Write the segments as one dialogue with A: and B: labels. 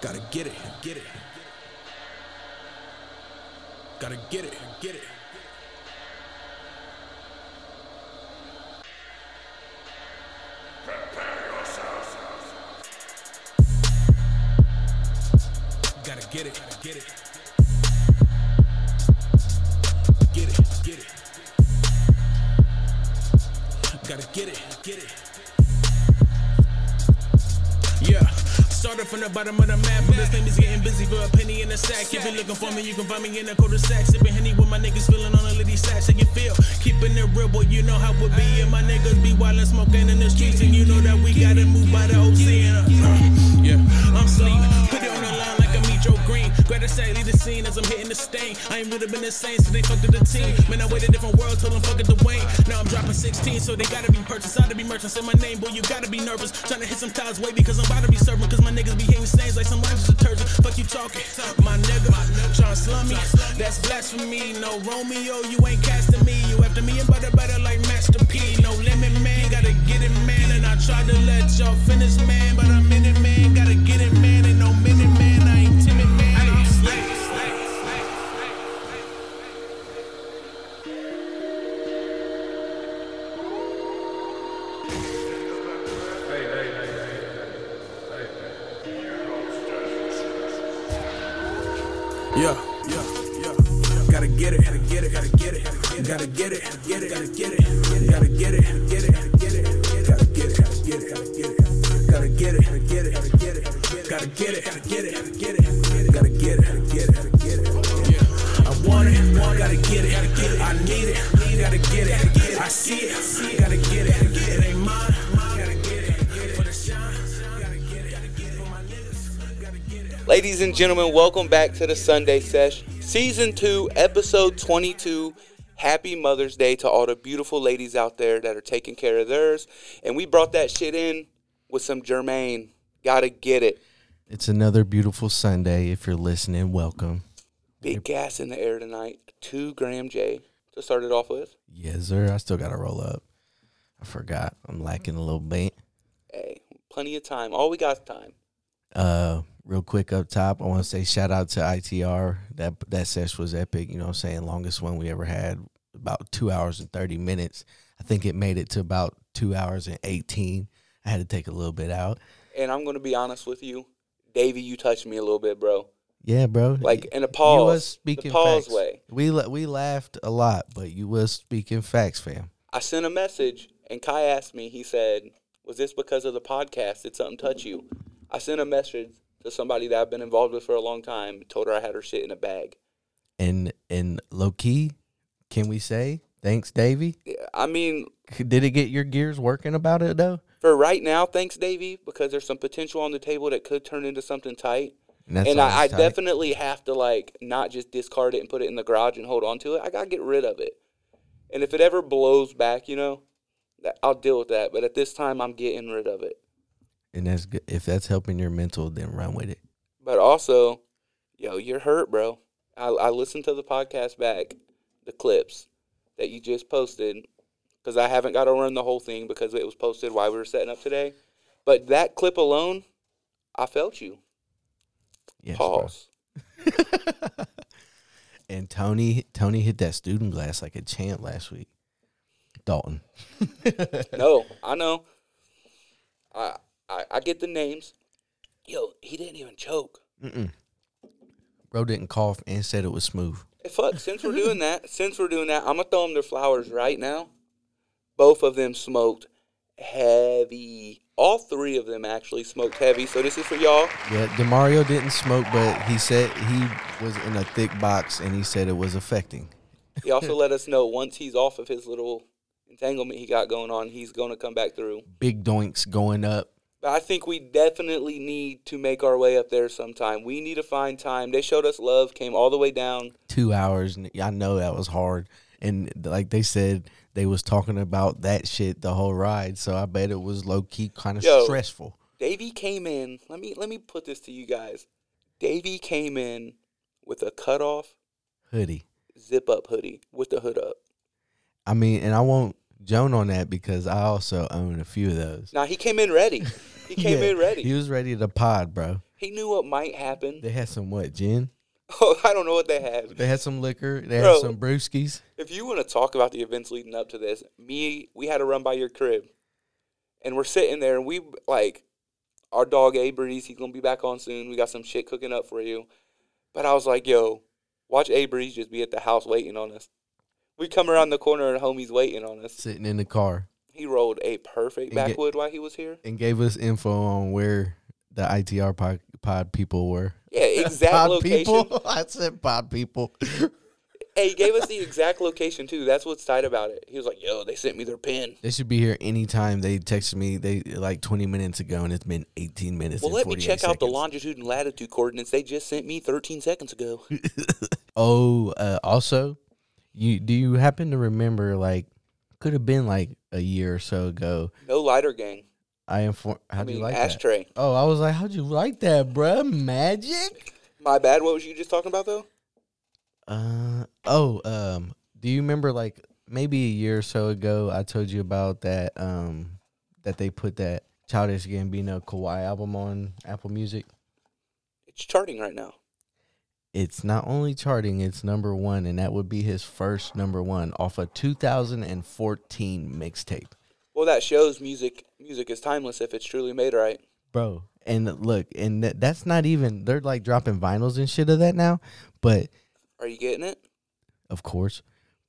A: Gotta get it, get it. Gotta get it, get it. Gotta get it, gotta get it. Get it, get it. Gotta get it, get it. Yeah. Started from the bottom of the map, but this thing is getting busy for a penny in a sack. If you're looking for me, you can find me in a cul-de-sac. Sipping henny with my niggas, feeling on a litty sack. Shake it feel, keeping it real, boy, you know how it be. And my niggas be wild and smoking in the streets, and you know that we gotta move by the OC. And, uh, yeah, I'm sleep, put it on the line like a Metro Green. Glad to say, leave the scene as I'm hitting the stain. I ain't really been the same since they fucked with the team. Man, I waited a different world, told them fuck it Dwayne. Now I'm dropping 16, so they gotta be purchased. Ought to be merchants in my name, boy, you gotta be nervous. Tryna hit some ties way because I'm about to be serving. Cause my niggas be hating stains like some life's detergent. Fuck you talking, my nigga, John Slummy. That's blasphemy, no Romeo, you ain't casting me. You after me and butter, butter like Master P. No limit, man, gotta get it, man. And I tried to let y'all finish, man, but I'm in it, man. Gotta get it, man, and no minute, man. I ain't timid, man. I'm Yeah, yeah, yeah, yeah. Gotta get it, gotta get it, gotta get it, gotta get it, get it, gotta get it, gotta get it, get it, get it, gotta get it, gotta get it, gotta get it, gotta get it, gotta get it, gotta get it, gotta get it, gotta get it, gotta get it, gotta get it, gotta get it, gotta get it. Yeah. I want it, gotta get it, gotta get it. I need it, gotta get it. I see it, gotta get it. It ain't mine, gotta get it. For the shine, gotta get it, gotta get it. For my niggas, gotta get it.
B: Ladies and gentlemen, welcome back to the Sunday Sesh, Season 2, Episode 22. Happy Mother's Day to all the beautiful ladies out there that are taking care of theirs. And we brought that shit in with some Germaine. Gotta get it.
C: It's another beautiful Sunday. If you're listening, welcome.
B: Big gas in the air tonight. Two gram J to start it off with.
C: Yes, sir. I still got to roll up. I forgot. I'm lacking a little bit.
B: Hey, plenty of time. All we got is time.
C: Uh, real quick up top, I want to say shout out to ITR. That that session was epic. You know what I'm saying? Longest one we ever had, about two hours and 30 minutes. I think it made it to about two hours and 18. I had to take a little bit out.
B: And I'm gonna be honest with you, Davey, you touched me a little bit, bro.
C: Yeah, bro.
B: Like
C: Y-
B: in a
C: You was
B: pause. the
C: speaking
B: pause
C: facts.
B: way.
C: We la- we laughed a lot, but you was speaking facts, fam.
B: I sent a message and Kai asked me, he said, Was this because of the podcast? Did something touch you? I sent a message to somebody that I've been involved with for a long time, told her I had her shit in a bag.
C: And and low key, can we say thanks, Davey?
B: Yeah, I mean,
C: Did it get your gears working about it though?
B: for right now, thanks, Davey, because there's some potential on the table that could turn into something tight.
C: that's
B: and I, I
C: always tight.
B: definitely have to like not just discard it and put it in the garage and hold on to it. I gotta get rid of it. And if it ever blows back, you know, that, I'll deal with that. But at this time, I'm getting rid of it.
C: and that's good. If that's helping your mental, then run with it.
B: But also, yo, you're hurt, bro. I, I listened to the podcast back, the clips that you just posted, because I haven't got to run the whole thing because it was posted while we were setting up today. But that clip alone, I felt you.
C: Yes, bro.
B: Pause.
C: And Tony Tony hit that student glass like a champ last week. Dalton.
B: no, I know. I, I I get the names. Yo, he didn't even choke.
C: Bro didn't cough and said it was smooth.
B: Hey, fuck, since we're doing that, since we're doing that, I'm gonna throw them their flowers right now. Both of them smoked heavy. All three of them actually smoked heavy. So this is for y'all.
C: Yeah, Demario didn't smoke, but he said he was in a thick box and he said it was affecting.
B: He also let us know once he's off of his little entanglement he got going on, he's gonna come back through.
C: Big doinks going up.
B: But I think we definitely need to make our way up there sometime. We need to find time. They showed us love, came all the way down.
C: two hours and i know that was hard and like they said they was talking about that shit the whole ride so i bet it was low-key kind of
B: Yo.
C: stressful
B: Davey came in. Let me let me put this to you guys. Davey came in with a cutoff
C: hoodie
B: zip up hoodie with the hood up.
C: i mean and i won't joan on that because i also own a few of those
B: Now he came in ready. He came
C: Yeah,
B: in ready.
C: He was ready to pod, bro.
B: He knew what might happen.
C: They had some what gin?
B: Oh, I don't know what they had.
C: They had some liquor. They
B: Bro.
C: had some brewskis.
B: If you want to talk about the events leading up to this, me, we had a run by your crib, and we're sitting there, and we like our dog A Breeze. He's gonna be back on soon. We got some shit cooking up for you. But I was like, yo, watch A Breeze just be at the house waiting on us. We come around the corner and homie's waiting on us.
C: sitting in the car
B: He rolled a perfect
C: And get-
B: backwood while he was here.
C: and gave us info on where the ITR pod, pod people were.
B: Yeah, exact location.
C: people? I said pod people.
B: Hey, he gave us the exact location too. That's what's tight about it. He was like, "Yo, they sent me their pin."
C: They should be here anytime. They texted me they like 20 minutes ago and it's been 18 minutes.
B: Well,
C: and
B: let me
C: 48
B: check out the
C: seconds.
B: longitude and latitude coordinates they just sent me 13 seconds ago.
C: Oh, uh, also, you do you happen to remember like could have been like a year or so ago.
B: No lighter gang.
C: I inform. How
B: I
C: do
B: mean,
C: you like that?
B: ashtray.
C: Oh, I was like, how'd you like that, bruh? Magic.
B: My bad. What was you just talking about though?
C: Uh oh. Um, do you remember like maybe a year or so ago? I told you about that. Um, that they put that Childish Gambino Kawhi album on Apple Music.
B: It's charting right now.
C: It's not only charting; it's number one, and that would be his first number one off a 2014 mixtape.
B: Well, that shows music. Music is timeless if it's truly made right.
C: bro. And look, and th- that's not even they're like dropping vinyls and shit of that now, but
B: Are you getting it?
C: of course,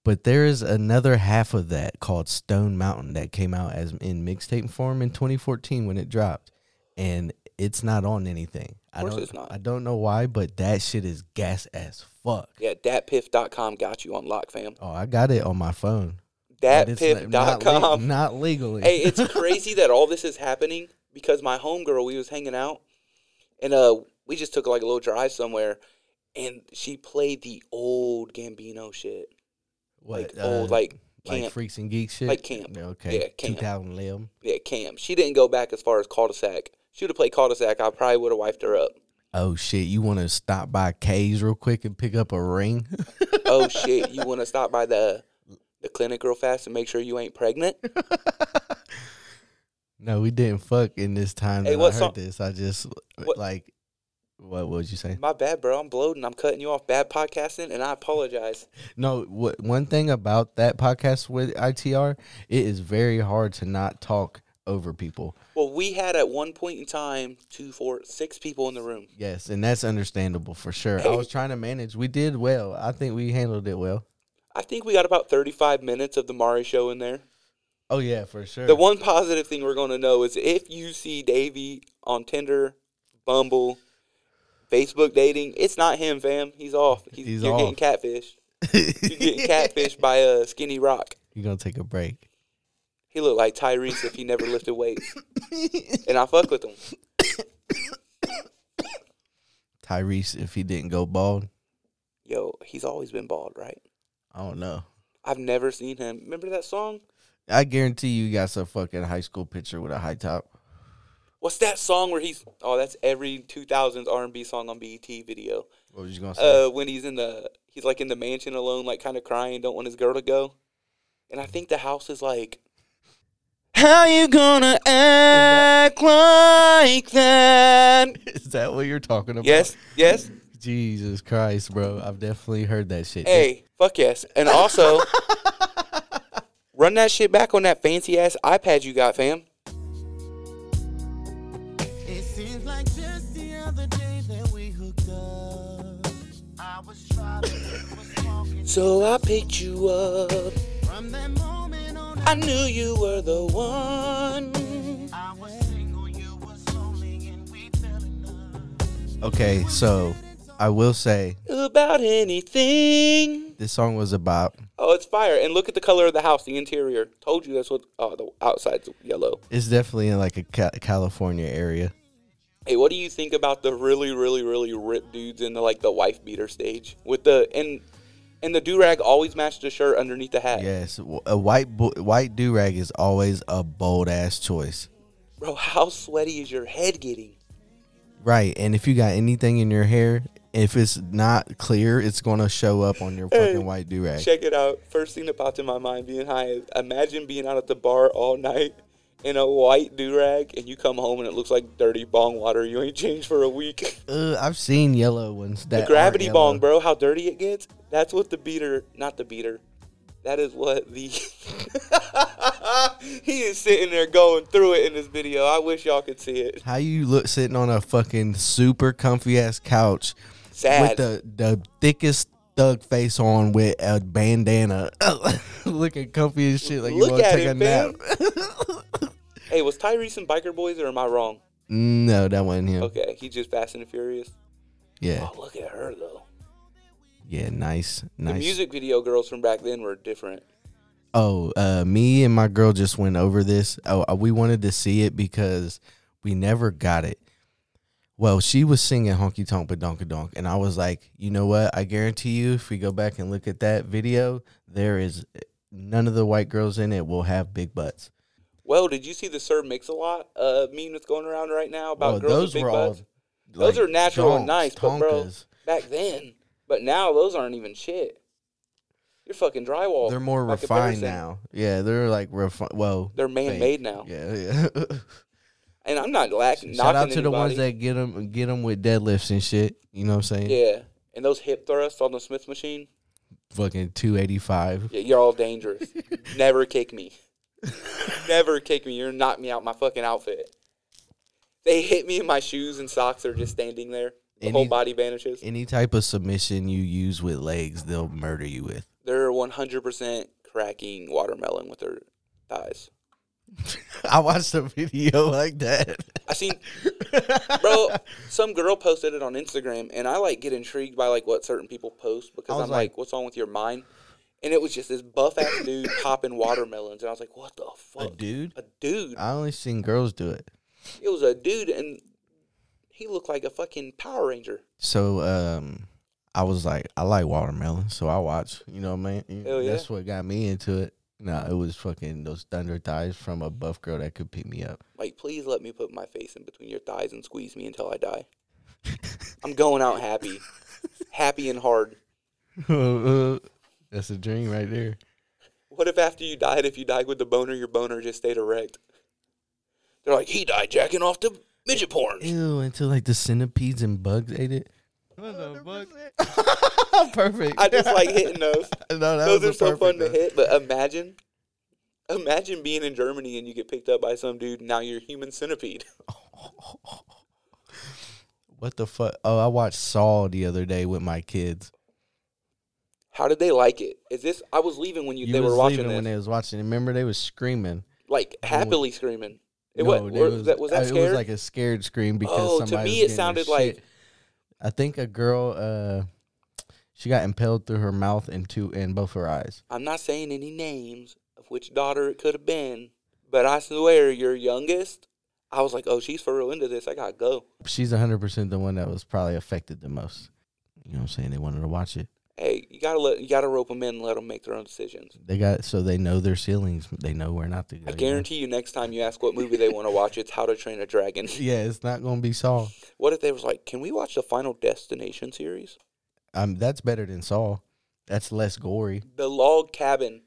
C: but there is another half of that called Stone Mountain that came out as in mixtape form in 2014 when it dropped, and it's not on anything. I
B: course
C: don't,
B: it's not.
C: I don't know why, but that shit is gas as fuck.
B: Yeah, datpiff.com got you on lock, fam.
C: Oh, I got it on my phone. But it's not- not, le-
B: Datpiff.com.
C: not legally.
B: hey, it's crazy that all this is happening because my homegirl, we was hanging out, and uh, we just took like a little drive somewhere, and she played the old Gambino shit,
C: What,
B: like old
C: uh,
B: like
C: like
B: camp,
C: freaks and geek shit.
B: Like camp.
C: Okay,
B: Yeah, camp.
C: 2011.
B: yeah, camp. She didn't go back as far as cul-de-sac. She would have played cul-de-sac. I probably would have wiped her up.
C: Oh shit, you want to stop by K's real quick and pick up a ring?
B: Oh shit, you want to stop by the the clinic real fast and make sure you ain't pregnant?
C: no, we didn't fuck in this time
B: Hey,
C: that I
B: what
C: heard
B: song-
C: this. I just
B: what-
C: like what, what was you saying?
B: My bad, bro. I'm bloating. I'm cutting you off. Bad podcasting, and I apologize.
C: No, what one thing about that podcast with ITR, it is very hard to not talk over people.
B: Well, we had at one point in time two, four, six people in the room.
C: Yes, and that's understandable for sure. I was trying to manage. We did well. I think we handled it well.
B: I think we got about 35 minutes of the Mari show in there.
C: Oh yeah, for sure.
B: The one positive thing we're going to know is if you see Davey on Tinder, Bumble, Facebook dating, it's not him, fam. He's off. He's,
C: He's
B: you're getting
C: off.
B: catfished. You're getting catfished by a skinny rock.
C: You're gonna take a break.
B: He looked like Tyrese if he never lifted weights. and I fuck with him.
C: Tyrese, if he didn't go bald,
B: Yo, he's always been bald, right?
C: I don't know.
B: I've never seen him. Remember that song?
C: I guarantee you got some fucking high school picture with a high top.
B: What's that song where he's? Oh, that's every 2000s R&B song on BET video.
C: What was you gonna say?
B: uh, when he's in the he's like in the mansion alone, like kind of crying, don't want his girl to go. And I think the house is like, how you gonna act like that?
C: Is that what you're talking about?
B: Um, Yes, yes.
C: Jesus Christ, bro. I've definitely heard that shit.
B: Hey, fuck yes. And also, run that shit back on that fancy ass iPad you got, fam.
D: It seems like just the other day that we hooked up. I was driving, you was talking.
B: So I picked you up.
D: From that moment on,
B: I knew you were the one.
D: I was single, you was lonely, and we fell in love.
C: Okay, so I will say
B: About anything.
C: this song was about
B: Oh, it's fire! And look at the color of the house, the interior. Told you that's what. Oh, the outside's yellow.
C: it's definitely in like a ca- California area.
B: Hey, what do you think about the really, really, really ripped dudes in the like the wife beater stage with the and and the do rag always matched the shirt underneath the hat.
C: Yes, w- a white bo- white do rag is always a bold ass choice,
B: Bro, how sweaty is your head getting?
C: right? And if you got anything in your hair, if it's not clear, it's gonna show up on your fucking white do rag.
B: Check it out. First thing that popped in my mind being high is imagine being out at the bar all night in a white do rag and you come home and it looks like dirty bong water. You ain't changed for a week.
C: Uh, I've seen yellow ones. That
B: the gravity
C: are
B: bong,
C: yellow.
B: bro. How dirty it gets. That's what the beater, not the beater. That is what the. he is sitting there going through it in this video. I wish y'all could see it.
C: How you look sitting on a fucking super comfy ass couch
B: Sad.
C: with the the thickest thug face on with a bandana, looking comfy as shit, like you
B: Look
C: want to
B: at
C: take
B: it,
C: a nap.
B: hey, was Tyrese and Biker Boys or am I wrong?
C: no, that wasn't him.
B: Okay, he just Fast and the Furious.
C: Yeah,
B: Oh, look at her though.
C: yeah, nice, nice.
B: The music video girls from back then were different.
C: Oh, uh, me and my girl just went over this. Oh, uh, we wanted to see it because we never got it. Well, she was singing "Honky Tonk Badonka Donk," and I was like, "You know what? I guarantee you, if we go back and look at that video, there is none of the white girls in it will have big butts."
B: Well, did you see the Sir Mix a lot uh, meme that's going around right now about
C: Well,
B: girls with big butts? Those
C: like,
B: are natural and
C: donks,
B: nice, but bro,
C: tonkas.
B: back then. But now those aren't even shit. You're fucking drywall.
C: they're more
B: by
C: refined
B: comparison.
C: now. Yeah, they're like refined. Well,
B: They're man-made now,
C: yeah, yeah.
B: and I'm not lacking.
C: Shout out to the ones that get them, get them with deadlifts and shit. You know what I'm saying?
B: yeah, and those hip thrusts on the Smith machine.
C: fucking 285.
B: Yeah, you're all dangerous. Never kick me. Never kick me. You're knock me out my fucking outfit. They hit me in my shoes and socks are just standing there. The
C: Any-
B: whole body vanishes.
C: Any type of submission you use with legs, they'll murder you with.
B: They're 100% cracking watermelon with their thighs.
C: I watched a video like that.
B: I seen, bro. Some girl posted it on Instagram, and I like get intrigued by like what certain people post because
C: was
B: I'm
C: like-
B: like, "What's wrong with your mind?" And it was just this buff ass dude popping watermelons, and I was like, "What the fuck?"
C: dude?
B: A dude.
C: I only seen girls do it.
B: It was a dude, and he looked like a fucking Power Ranger.
C: So um I was like, I like watermelon, so I watch. You know what I mean?
B: Hell yeah.
C: That's what got me into it. No, it was fucking those thunder thighs from a buff girl that could pick me up.
B: Like, please let me put my face in between your thighs and squeeze me until I die. I'm going out happy, happy and hard.
C: That's a dream right there.
B: What if after you died, if you died with the boner, your boner just stayed erect? They're like, he died jacking off to midget porn.
C: Ew, until like the centipedes and bugs ate it.
B: Oh,
C: perfect.
B: I just like hitting those.
C: no, that
B: those
C: was
B: are
C: a
B: so
C: perfect
B: fun to
C: one.
B: hit. But imagine, imagine being in Germany and you get picked up by some dude. And now you're a human centipede.
C: What the fuck? Oh, I watched Saw the other day with my kids.
B: How did they like it? Is this? I was leaving when you, they
C: was
B: were watching
C: leaving
B: this,
C: when they was watching. it. Remember, they was screaming.
B: like happily screaming. It
C: No,
B: what?
C: they
B: Was, that, was that
C: uh,
B: scared?
C: It was like a scared scream because
B: Oh, to me
C: somebody was
B: it
C: getting their
B: sounded
C: shit-
B: like-
C: I think a girl. Uh, she got impaled through her mouth and two and both her eyes.
B: I'm not saying any names of which daughter it could have been, but I swear your youngest. I was like, oh, she's for real into this. I gotta go.
C: She's hundred percent the one that was probably affected the most. You know what I'm saying? They wanted to watch it.
B: Hey, you gotta let you gotta rope them in and let them make their own decisions.
C: They got so they know their ceilings. They know where not to go.
B: I
C: you know?
B: guarantee you, next time you ask what movie they want to watch, it's How to Train a Dragon.
C: Yeah, it's not gonna be Saw.
B: What if they was like, can we watch the Final Destination series?
C: Um, that's better than Saw. That's less gory.
B: The log cabin,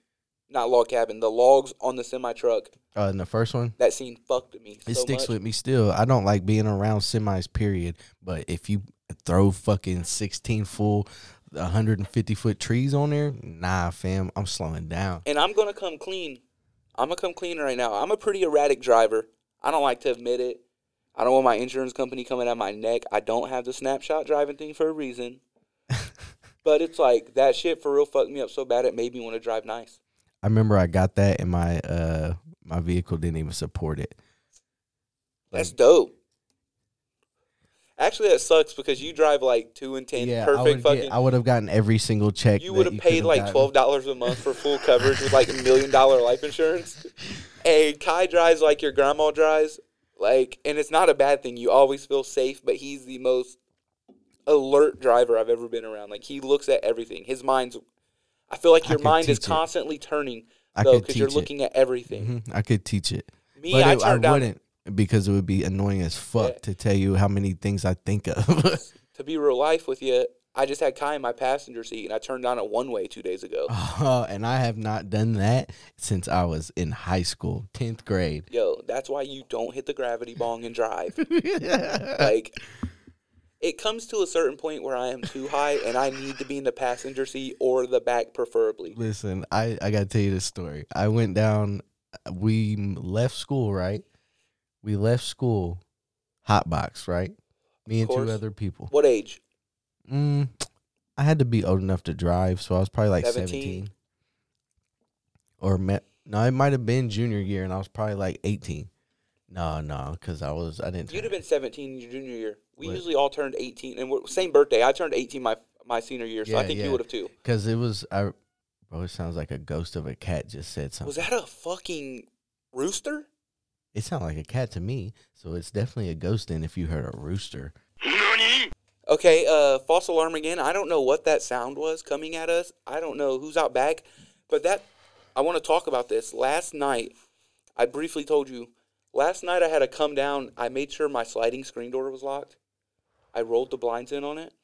B: not log cabin, the logs on the semi truck.
C: Uh, in the first one,
B: That scene fucked me.
C: it
B: so
C: sticks
B: much.
C: with me still. I don't like being around semis, period. But if you throw fucking sixteen full, one hundred and fifty foot trees on there, nah, fam, I'm slowing down.
B: and I'm gonna come clean. I'm gonna come clean right now. I'm a pretty erratic driver. I don't like to admit it. I don't want my insurance company coming at my neck. I don't have the snapshot driving thing for a reason. but it's like that shit for real fucked me up so bad it made me want to drive nice.
C: I remember I got that, and my uh my vehicle didn't even support it.
B: That's dope. Actually, that sucks because you drive like two and ten,
C: yeah, I
B: perfect
C: would
B: fucking.
C: get, I would have gotten every single check.
B: you
C: that
B: would have
C: could
B: paid like
C: gotten.
B: twelve dollars a month for full coverage with like a million dollar life insurance. Hey, Kai drives like your grandma drives, like, and it's not a bad thing. You always feel safe, but he's the most alert driver I've ever been around. Like he looks at everything. His mind's, I feel like
C: I
B: your
C: could
B: mind is
C: teach it.
B: constantly turning
C: I
B: though
C: could
B: because you're
C: teach it.
B: looking at everything.
C: Mhm, I could teach it.
B: Me,
C: but
B: I
C: it-
B: turned down.
C: wouldn't because it would be annoying as fuck
B: Yeah.
C: to tell you how many things I think of.
B: to be real life with you, I just had Kai in my passenger seat and I turned on a one way two days ago.
C: Uh-huh. and I have not done that since I was in high school, 10th grade.
B: Yo, that's why you don't hit the gravity bong and drive. like, it comes to a certain point where I am too high and I need to be in the passenger seat or the back, preferably.
C: Listen, I, I got to tell you this story. I went down, we left school, right? We left school, hotbox, right? Me and two
B: course.
C: other people.
B: What age?
C: Mm, I had to be old enough to drive, so I was probably like 17.
B: 17.
C: Or met, no, it might have been junior year, and I was probably like 18. No, no, because I was, I didn't.
B: You'd have
C: turn-
B: been 17 your junior year. We
C: What?
B: usually all turned 18, and we're, same birthday. I turned 18 my my senior year, so I
C: Yeah,
B: think
C: yeah.
B: you would have too.
C: Because it was, I, bro, it sounds like a ghost of a cat just said something.
B: Was that a fucking rooster?
C: it sounded like a cat to me, so it's definitely a ghost. Then if you heard a rooster,
B: Okay, uh, false alarm again. I don't know what that sound was coming at us. I don't know who's out back, but that I want to talk about this. Last night, I briefly told you. Last night I had to come down. I made sure my sliding screen door was locked. I rolled the blinds in on it,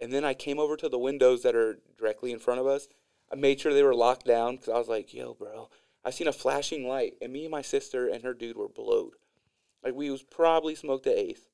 B: and then I came over to the windows that are directly in front of us. I made sure they were locked down because I was like, "Yo, bro, I seen a flashing light," and me and my sister and her dude were blowed. Like we was probably smoked the eighth.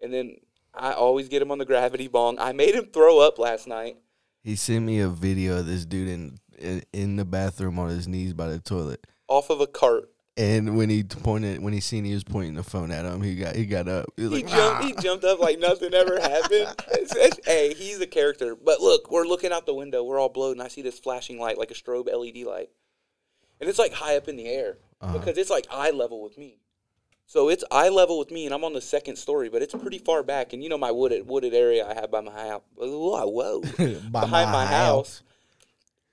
B: And then I always get him on the gravity bong. I made him throw up last night.
C: he sent me a video of this dude in- in in the bathroom on his knees by the toilet.
B: off of a cart.
C: And when he pointed, when he seen he was pointing the phone at him, he got he got up. He was
B: He
C: like, "Ah."
B: jumped. He jumped up like nothing ever happened. It's- it's- hey, he's a character. But look, we're looking out the window. We're all blown. And I see this flashing light, like a strobe LED light, and it's like high up in the air
C: Uh-huh.
B: because it's like eye level with me. So it's eye level with me, and I'm on the second story, but it's pretty far back. And you know my wooded wooded area I have by my house. Whoa, whoa.
C: By
B: behind
C: my
B: my house.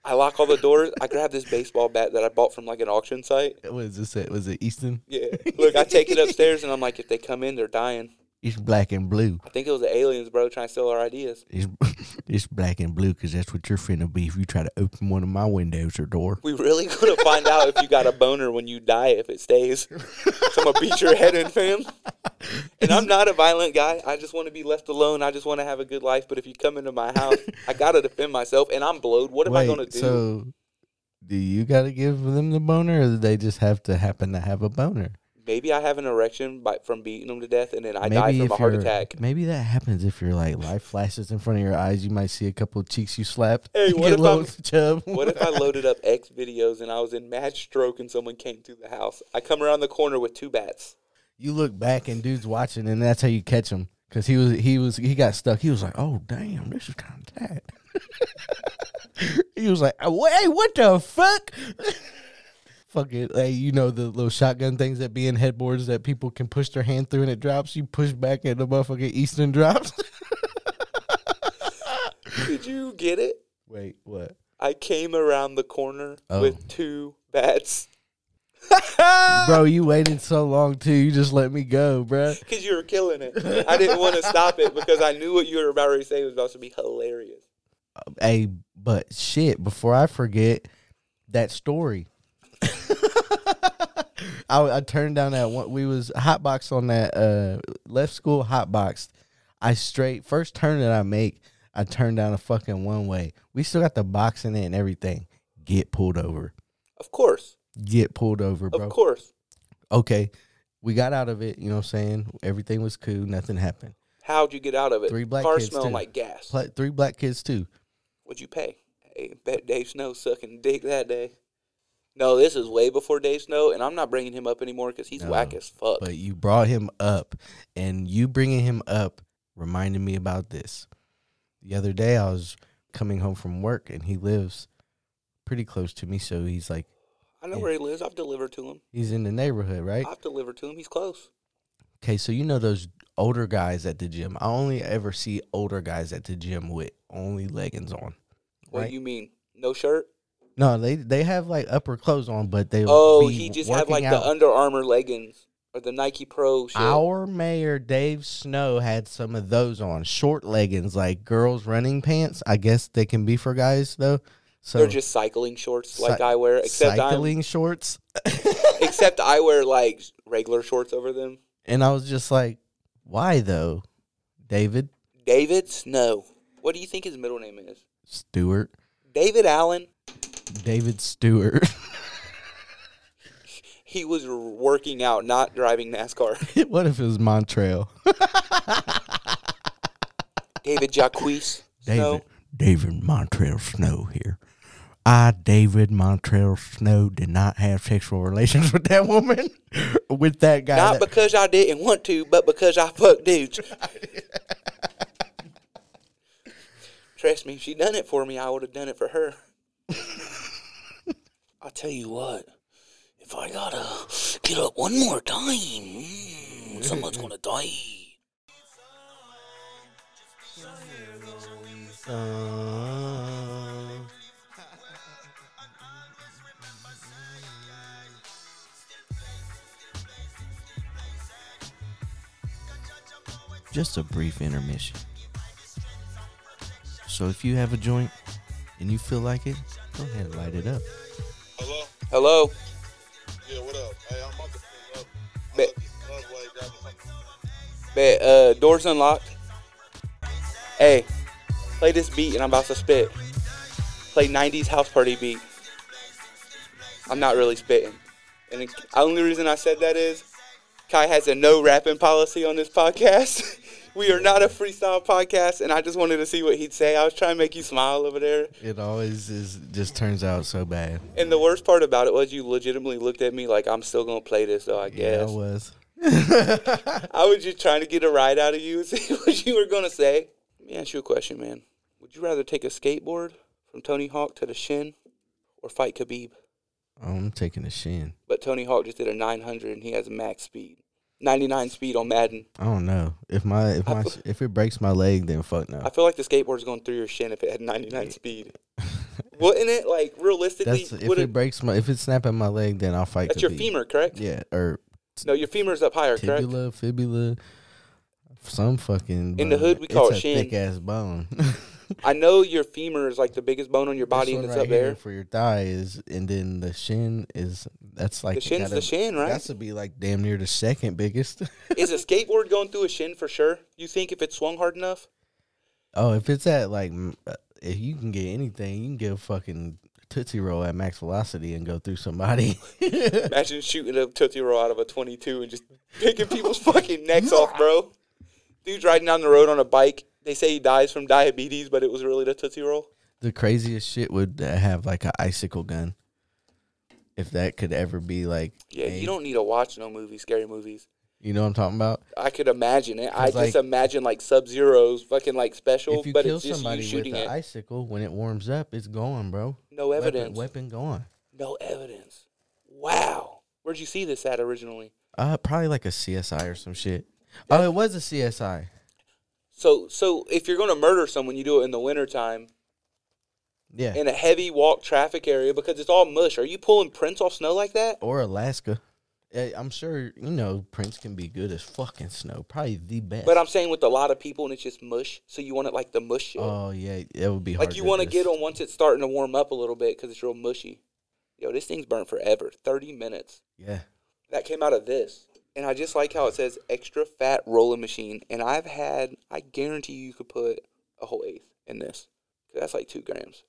B: I lock all the doors. I grab this baseball bat that I bought from like an auction site.
C: "Ah." What is this? At? Was it Easton?
B: Yeah. Look, I take it upstairs and I'm like, if they come in, they're dying.
C: It's black and blue.
B: I think it was the aliens, bro, trying to steal our ideas.
C: It's, it's black and blue because that's what you're finna be if you try to open one of my windows or door.
B: We really gonna find out if you got a boner when you die if it stays. So I'm gonna beat your head in, fam. And I'm not a violent guy. I just want to be left alone. I just want to have a good life. But if you come into my house, I gotta defend myself, and I'm blowed. What am I gonna do?
C: so do you got to give them the boner, or do they just have to happen to have a boner?
B: Maybe I have an erection by, from beating them to death, and then I die from
C: if
B: a heart
C: you're-
B: attack.
C: Maybe that happens if your like light flashes in front of your eyes. You might see a couple of cheeks you slapped.
B: Hey,
C: You
B: what
C: get
B: if
C: a little
B: I'm-
C: chub.
B: What if I loaded up X videos and I was in mad stroke and someone came through the house? I come around the corner with two bats.
C: you look back and dude's watching, and that's how you catch him because he was he was he got stuck. He was like, "Oh damn, this is kind of tight." he was like, "Oh, "Hey, what the fuck?" Fuck it. Hey, you know the little shotgun things that be in headboards that people can push their hand through and it drops. You push back and the motherfucking Eastern drops.
B: Did you get it?
C: Wait, what?
B: I came around the corner
C: Oh.
B: with two bats.
C: Bro, you waited so long too. You just let me go, bro.
B: Because you were killing it. I didn't want to stop it because I knew what you were about to say was about to be hilarious.
C: Hey, but shit, before I forget that story. I, I turned down that one. We was hotboxed on that uh, left school hotboxed. I straight first turn that I make, I turned down a fucking one way. We still got the box in it and everything. Get pulled over.
B: Of course.
C: Get pulled over,
B: Of
C: bro.
B: course.
C: Okay, we got out of it. You know what I'm saying? Everything was cool. Nothing happened.
B: How'd you get out of it?
C: Three black
B: Car
C: kids,
B: smelling
C: too.
B: like gas.
C: Pla- three black kids too.
B: What'd you pay? Hey, bet Dave Snow sucking dick that day. No, this is way before Dave Snow, and I'm not bringing him up anymore because he's
C: No,
B: whack as fuck.
C: but you brought him up and you bringing him up reminded me about this the other day i was coming home from work and he lives pretty close to me so he's like
B: I know
C: yeah.
B: where he lives. I've delivered to him.
C: he's in the neighborhood right
B: I've delivered to him. He's close.
C: okay so you know those older guys at the gym i only ever see older guys at the gym with only leggings on
B: What
C: right
B: do you mean? No shirt?
C: no they they have like upper clothes on but they
B: Oh, he just had like
C: out.
B: the Under Armour leggings or the Nike Pro shit.
C: Our mayor Dave Snow had some of those on short leggings, like girls' running pants. I guess they can be for guys though. So
B: They're just cycling shorts like
C: cy-
B: I wear, except
C: cycling shorts.
B: I'm, except I wear like regular shorts over them.
C: And I was just like, why though, David?
B: David Snow What do you think his middle name is?
C: Stewart.
B: David Allen.
C: David Stewart.
B: He was working out, not driving NASCAR.
C: what if it was Montreal?
B: David Jacquees.
C: David
B: Snow.
C: David Montreal Snow here. I, David Montreal Snow, did not have sexual relations with that woman, with that guy.
B: Not
C: that-
B: because I didn't want to, but because I fuck dudes. Trust me, if she done it for me, I would have done it for her. I tell you what, if I gotta get up one more time, mm, someone's gonna die.
C: just a brief intermission. So if you have a joint and you feel like it, go ahead and light it up.
E: Hello?
B: Hello,
E: Yeah, what up? Hey, I'm about to pull up. I'm
B: Bet.
E: about to pull up while you grabbing something.
B: bet uh, doors unlocked. Hey, play this beat and I'm about to spit. Play '90s house party beat. I'm not really spitting, and the only reason I said that is Kai has a no rapping policy on this podcast. we are not a freestyle podcast, and I just wanted to see what he'd say. I was trying to make you smile over there,
C: It always is just turns out so bad.
B: and the worst part about it was you legitimately looked at me like I'm still gonna play this, though. I
C: Yeah,
B: guess
C: it was.
B: I was just trying to get a ride out of you and see what you were gonna say. Let me ask you a question, man. Would you rather take a skateboard from Tony Hawk to the shin, or fight Khabib?
C: I'm taking a shin.
B: But Tony Hawk just did a 900 and he has max speed, 99 speed on Madden.
C: I don't know if my if
B: I
C: my
B: feel-
C: if it breaks my leg, then fuck no.
B: I feel like the skateboard's going through your shin if it had 99 speed. Wouldn't it? Like realistically,
C: That's if
B: would
C: it
B: it,
C: breaks my if it's snapping my leg, then I'll fight.
B: that's your
C: Khabib.
B: femur, correct?
C: Yeah, or
B: No, your femur's up higher, correct?
C: tibula, fibula, some fucking.
B: In the
C: bone.
B: hood, we call
C: it's
B: it
C: a
B: shin.
C: Thick ass bone.
B: I know your femur is like the biggest bone on your body
C: This
B: and
C: one
B: it's
C: right
B: up
C: here
B: there.
C: for your thigh is, and then the shin is that's like
B: The
C: it
B: shin's the
C: gotta-
B: shin, right?
C: That's to be like damn near the second biggest.
B: Is a skateboard going through a shin for sure? You think if it swung hard enough?
C: oh, if it's at like m- uh, if you can get anything, you can get a fucking tootsie roll at max velocity and go through somebody.
B: Imagine shooting a Tootsie Roll out of a 22 and just picking people's fucking necks off, bro. Dude's riding down the road on a bike. They say he dies from diabetes, but it was really the Tootsie Roll.
C: the craziest shit would uh, have like an icicle gun. If that could ever be like,
B: Yeah,
C: made.
B: you don't need to watch no movies, scary movies.
C: you know what I'm talking about?
B: I could imagine it. I
C: 'Cause,
B: just
C: like-
B: imagine like Sub Zero's fucking like special,
C: if you
B: but
C: kill
B: it's just you
C: somebody with
B: shooting
C: an
B: it.
C: icicle, when it warms up, it's gone, bro.
B: No evidence.
C: Weapon, weapon gone.
B: No evidence. Wow. Where'd you see this at originally?
C: Uh, probably like a CSI or some shit. Oh, it was a CSI.
B: So, so if you're gonna murder someone, you do it in the wintertime
C: Yeah,
B: in a heavy walk traffic area because it's all mush. Are you pulling prints off snow like that?
C: or Alaska. Eh, I'm sure you know Prince can be good as fucking snow. Probably the best.
B: But I'm saying with a lot of people and it's just mush. So you want it like the mush shit.
C: oh yeah, it would be hard.
B: like you want to
C: just-
B: get on once it's starting to warm up a little bit because it's real mushy. Yo, this thing's burnt forever. Thirty minutes.
C: Yeah,
B: that came out of this. And I just like how it says extra fat rolling machine. And I've had, I guarantee you could put a whole eighth in this. That's like two grams.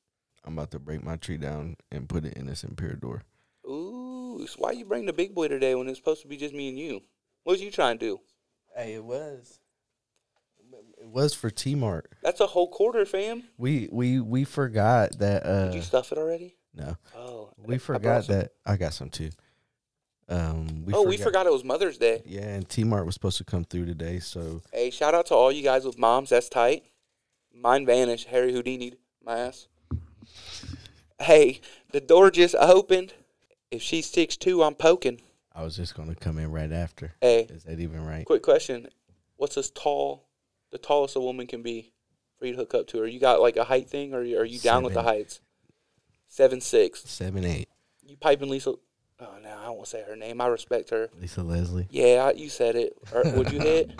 C: I'm about to break my tree down and put it in this Imperador.
B: Ooh, so why you bring the big boy today when it's supposed to be just me and you? What was you trying to do?
C: Hey, it was. It was for T Mart.
B: That's a whole quarter, fam.
C: We we we forgot that.
B: Did
C: uh
B: you stuff it already?
C: No,
B: Oh,
C: we
B: I brought
C: forgot
B: some-
C: that. I got some too. Um, we
B: oh, we forgot it was Mother's Day.
C: Yeah, and T Mart was supposed to come through today, so
B: Hey, shout out to all you guys with moms. That's tight. Mine vanished. Harry Houdini'd my ass. Hey, the door just opened. If she's six two, I'm poking.
C: I was just gonna come in right after.
B: Hey,
C: Is that even right?
B: quick question: What's as tall, the tallest a woman can be for you to hook up to her? You got like a height thing, or you- are you down with the
C: Seven.
B: heights? Seven six.
C: Seven eight.
B: You piping Lisa? Oh no, I won't say her name. I respect her.
C: Lisa Leslie.
B: Yeah, I, you said it. Or, would you hit?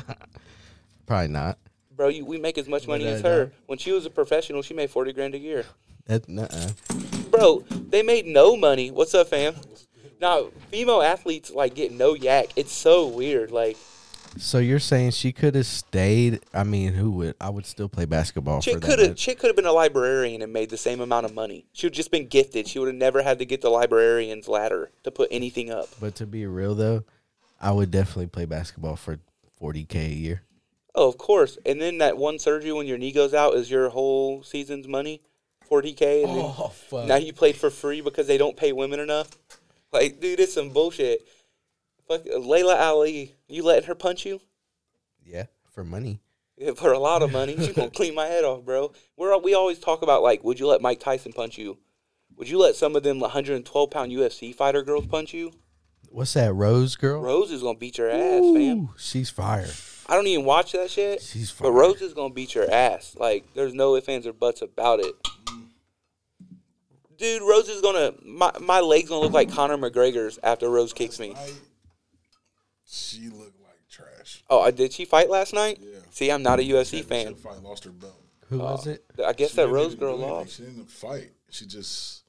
C: Probably not.
B: Bro, you, we make as much money
C: Would I
B: as her.
C: not?
B: When she was a professional, she made forty grand a year.
C: That nuh-uh.
B: Bro, they made no money. What's up, fam? Now, female athletes like get no yak. It's so weird. Like
C: So you're saying she could have stayed? I mean, who would? I would still play basketball. for
B: Chick
C: that
B: could have
C: much.
B: chick could have been a librarian and made the same amount of money. She would have just been gifted. She would have never had to get the librarian's ladder to put anything up.
C: But to be real though, I would definitely play basketball for 40k a year.
B: Oh, of course. And then that one surgery when your knee goes out is your whole season's money, forty k. And then
C: fuck!
B: now you played for free because they don't pay women enough. Like, dude, it's some bullshit. Fuck, Layla Ali, you letting her punch you?
C: yeah, for money.
B: Yeah, for a lot of money. She's gonna clean my head off, bro. We're al- we always talk about like, would you let Mike Tyson punch you? Would you let some of them 112 pound UFC fighter girls punch you?
C: What's that, Rose girl?
B: Rose is gonna beat your ass, fam.
C: Ooh, she's fire.
B: I don't even watch that shit.
C: She's
B: but
C: fire.
B: Rose is gonna beat your ass. Like, there's no ifs, ands, or buts about it. Dude, Rose is gonna my my legs gonna look like Conor McGregor's after Rose kicks me.
E: I, she looked like trash.
B: Oh, I- did she fight last night?
E: Yeah.
B: See, I'm not a UFC fan.
E: Championship fight lost her belt.
C: Who
B: Uh,
C: was it?
B: I guess
E: She
B: that
E: didn't
B: Rose
E: even
B: girl
E: do anything.
B: lost.
E: She didn't fight. She just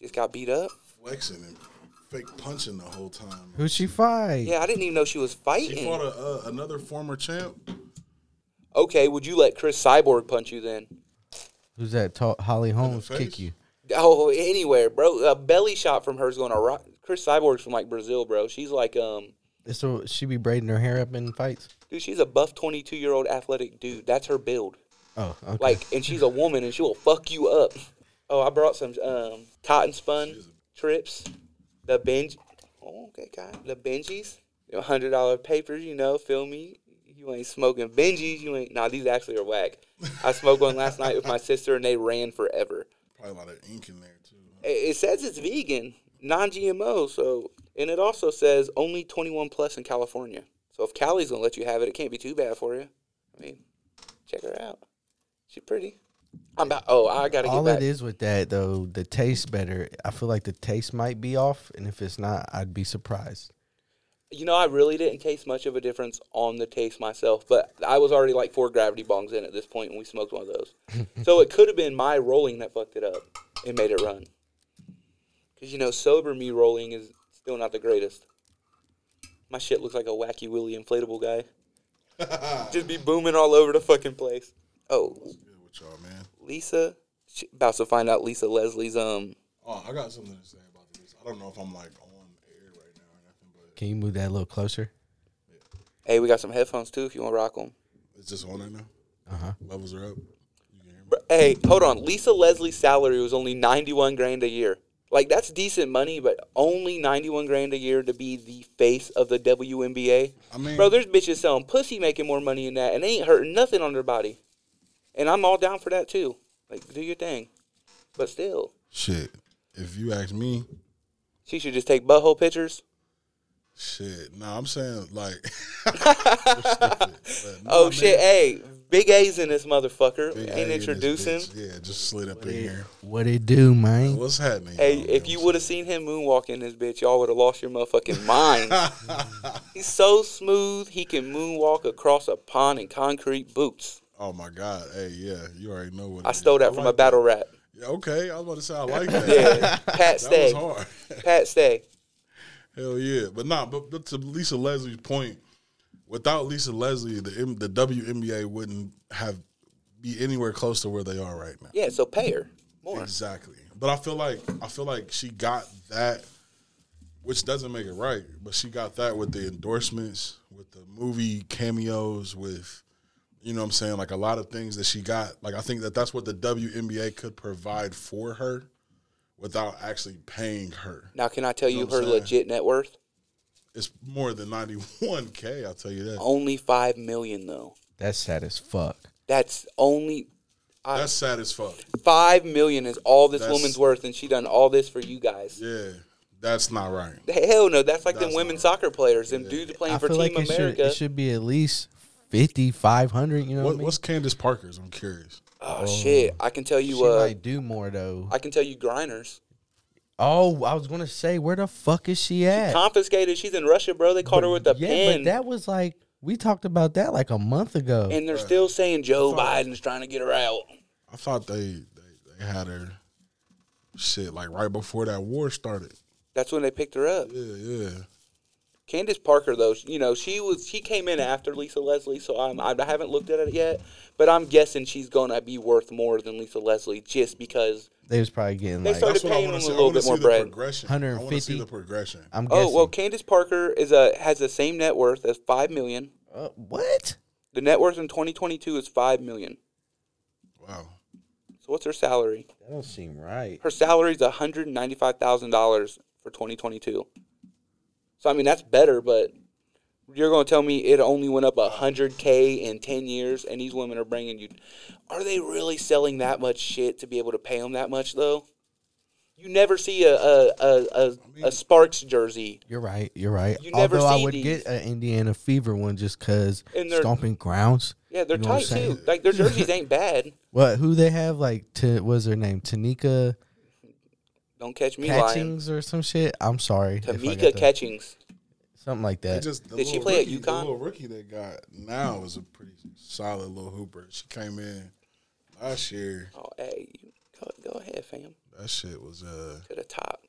B: Just got beat up.
E: flexing and fake punching the whole time.
C: Who she fight?
B: Yeah, I didn't even know she was
E: She
B: fighting.
E: fought a, uh, another former champ.
B: Okay, would you let Chris Cyborg punch you then?
C: Who's that? Ta- Holly Holmes
E: face?
C: kick you?
B: Oh, anywhere, bro. A belly shot from her's going to rock. Chris Cyborg's from like Brazil, bro. She's like, um,
C: So she be braiding her hair up in fights.
B: dude, she's a buff 22 year old athletic dude. That's her build.
C: Oh, okay.
B: Like, and she's a woman and she will fuck you up. Oh, I brought some um, cotton spun trips. The Benji. Oh, okay, God. The Benjis. Them $100 papers, you know, feel me? You ain't smoking Benjis. You ain't. Nah, these actually are whack. I smoked one last night with my sister and they ran forever.
E: Probably a lot of ink in there too.
B: It- it says it's vegan, non-GMO. So, and it also says only 21 plus in California. So if Cali's gonna let you have it, it can't be too bad for you. I mean, check her out. She's pretty. I'm about. Oh, I gotta get
C: All
B: back.
C: it is with that though, the taste better. I feel like the taste might be off, and if it's not, I'd be surprised.
B: You know, I really didn't taste much of a difference on the taste myself, but I was already like four gravity bongs in at this point when we smoked one of those. so it could have been my rolling that fucked it up and made it run. Because, you know, sober me rolling is still not the greatest. My shit looks like a wacky willy inflatable guy. Just be booming all over the fucking place. Oh,
E: Good with y'all, man.
B: Lisa. She, about to find out Lisa Leslie's, um,
E: Oh, I got something to say about this. I don't know if I'm like on air right now or nothing, but
C: Can you move that a little closer?
B: hey, we got some headphones too if you want to rock them.
E: it's just on right now.
C: Uh huh.
E: Levels are up. You can hear me.
B: Br- Hey, hold on. Lisa Leslie's salary was only 91 grand a year. Like that's decent money, but only 91 grand a year to be the face of the WNBA.
E: I mean,
B: Bro, there's bitches selling pussy making more money than that and they ain't hurting nothing on their body. And I'm all down for that too. Like do your thing. But still,
E: shit. If you ask me,
B: she should just take butthole pictures.
E: shit. No, I'm saying like.
B: oh shit, hey, Big A's in this motherfucker. ain't introducing.
E: introducing. Yeah, just slid up in here.
C: What it do, man?
E: What's happening?
B: Hey,
E: y'all?
B: if you would have seen him moonwalk in this bitch, y'all would have lost your motherfucking mind. He's so smooth, he can moonwalk across a pond in concrete boots.
E: Oh my god. Hey, yeah, you already know what.
B: I
E: it is.
B: stole that from a
E: like
B: battle rap.
E: Yeah, okay, I was about to say I like that.
B: Yeah, Pat
E: That was
B: Stay.
E: hard.
B: Pat Stay.
E: Hell yeah, but nah. But, but to Lisa Leslie's point, without Lisa Leslie, the M- the WNBA wouldn't have be anywhere close to where they are right now.
B: Yeah, so pay her more.
E: Exactly. But I feel like I feel like she got that, which doesn't make it right. But she got that with the endorsements, with the movie cameos, with you know what I'm saying, like a lot of things that she got. Like I think that that's what the WNBA could provide for her, without actually paying her.
B: Now, can I tell you
E: Know what
B: her
E: I'm saying?
B: legit net worth?
E: It's more than 91k. I'll tell you that.
B: Only five million though.
C: That's sad as fuck.
B: That's only
E: That's sad as fuck.
B: five million is all this
E: That's-
B: woman's worth, and she done all this for you guys.
E: Yeah, that's not right.
B: Hell no, that's like them
E: That's
B: women
E: not-
B: soccer players, them dudes playing
C: I
B: for
C: feel
B: Team
C: like it should,
B: America.
C: it should be at least 50, 500, You know what,
E: What,
C: I mean?
E: what's Candace Parker's? I'm curious.
B: oh, shit, I can tell
C: she
B: you what.
C: might do more though.
B: I can tell you grinders.
C: oh, I was gonna say, where the fuck is she at?
B: Confiscated. She's in Russia, bro. They caught her with a
C: yeah,
B: pen.
C: but that was like we talked about that like a month ago.
B: and they're still saying Joe Biden's trying to get her out.
E: I thought they, they they had her shit like right before that war started.
B: That's when they picked her up.
E: Yeah, yeah.
B: Candace Parker, though, you know, she was she came in after Lisa Leslie, so I'm I haven't looked at it yet, but I'm guessing she's gonna be worth more than Lisa Leslie just because.
C: They was probably getting
B: They
C: like.
B: started-
E: That's what I
B: paying them
E: want
B: a
E: to see. I
B: little
E: want to
B: bit
E: see
B: more
E: the
B: bread.
E: progression. I want to see
C: 150.
E: the progression.
C: I'm guessing.
B: Oh well, Candace Parker is a has the same net worth as five million.
C: Uh, what?
B: The net worth in 2022 is five million.
E: Wow.
B: So what's her salary?
C: That don't seem right.
B: Her salary is 195 thousand dollars for 2022. So I mean that's better, but you're going to tell me it only went up 100k in 10 years, and these women are bringing you. Are they really selling that much shit to be able to pay them that much though? You never see a a a, a, a Sparks jersey.
C: You're right. You're right.
B: You never
C: Although I
B: see
C: would
B: these.
C: get an Indiana Fever one just because
B: And they're-
C: stomping grounds.
B: Yeah, they're
C: You know what
B: tight
C: I'm saying?
B: too. Like their jerseys ain't bad.
C: What? Who they have? Like, to, what was her name? Tanika
B: Don't catch me lying.
C: Catchings or some shit? I'm sorry. if I got
B: Tamika
C: the-
B: Catchings.
C: Something like
E: They
C: that.
E: Just, the
B: Did she
E: little
B: play at
E: rookie,
B: UConn?
E: The little rookie they got now is a pretty solid little hooper. She came in last year.
B: Oh, hey, you go, go ahead, fam.
E: That shit was uh,
B: To the top.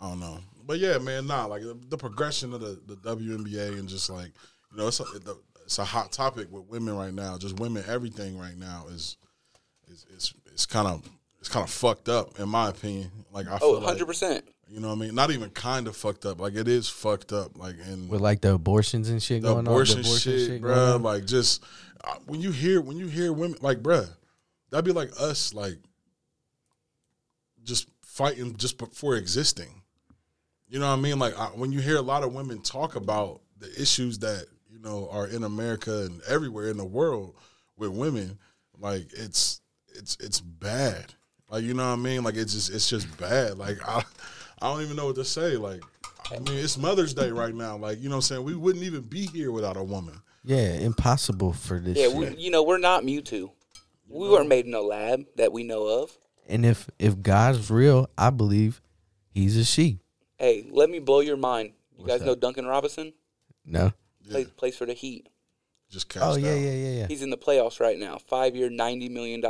E: I don't know, but yeah, man, nah, like the, the progression of the, the WNBA and just like you know, it's a, the- it's a hot topic with women right now. Just women, everything right now is is is, is kind of it's kind of fucked up in my opinion. Like I
B: Oh,
E: feel like
B: 100%.
E: you know what I mean. Not even kind of fucked up. Like it is fucked up. Like and
C: With like the abortions and shit
E: the
C: going
E: abortion,
C: on. The abortion
E: shit,
C: going
E: bruh,
C: on.
E: Like just uh, when you hear when you hear women like bruh, that'd be like us like just fighting just be- for existing. You know what I mean? Like I, when you hear a lot of women talk about the issues that you know are in America and everywhere in the world with women, like it's it's it's bad. Like you know what I mean? Like it's just it's just bad. Like I I don't even know what to say. Like I mean, it's Mother's Day right now. Like you know what I'm saying? We wouldn't even be here without a woman.
C: yeah, impossible for this
B: Yeah,
C: shit.
B: we, you know, we're not Mewtwo. We weren't made in a lab that we know of.
C: and if if God's real, I believe he's a she.
B: Hey, let me blow your mind. You guys
C: that?
B: know Duncan Robinson?
C: No.
B: Plays, plays for the Heat.
E: Just cashed
C: Oh
E: out.
C: yeah, yeah, yeah, yeah.
B: He's in the playoffs right now. Five year, $90 million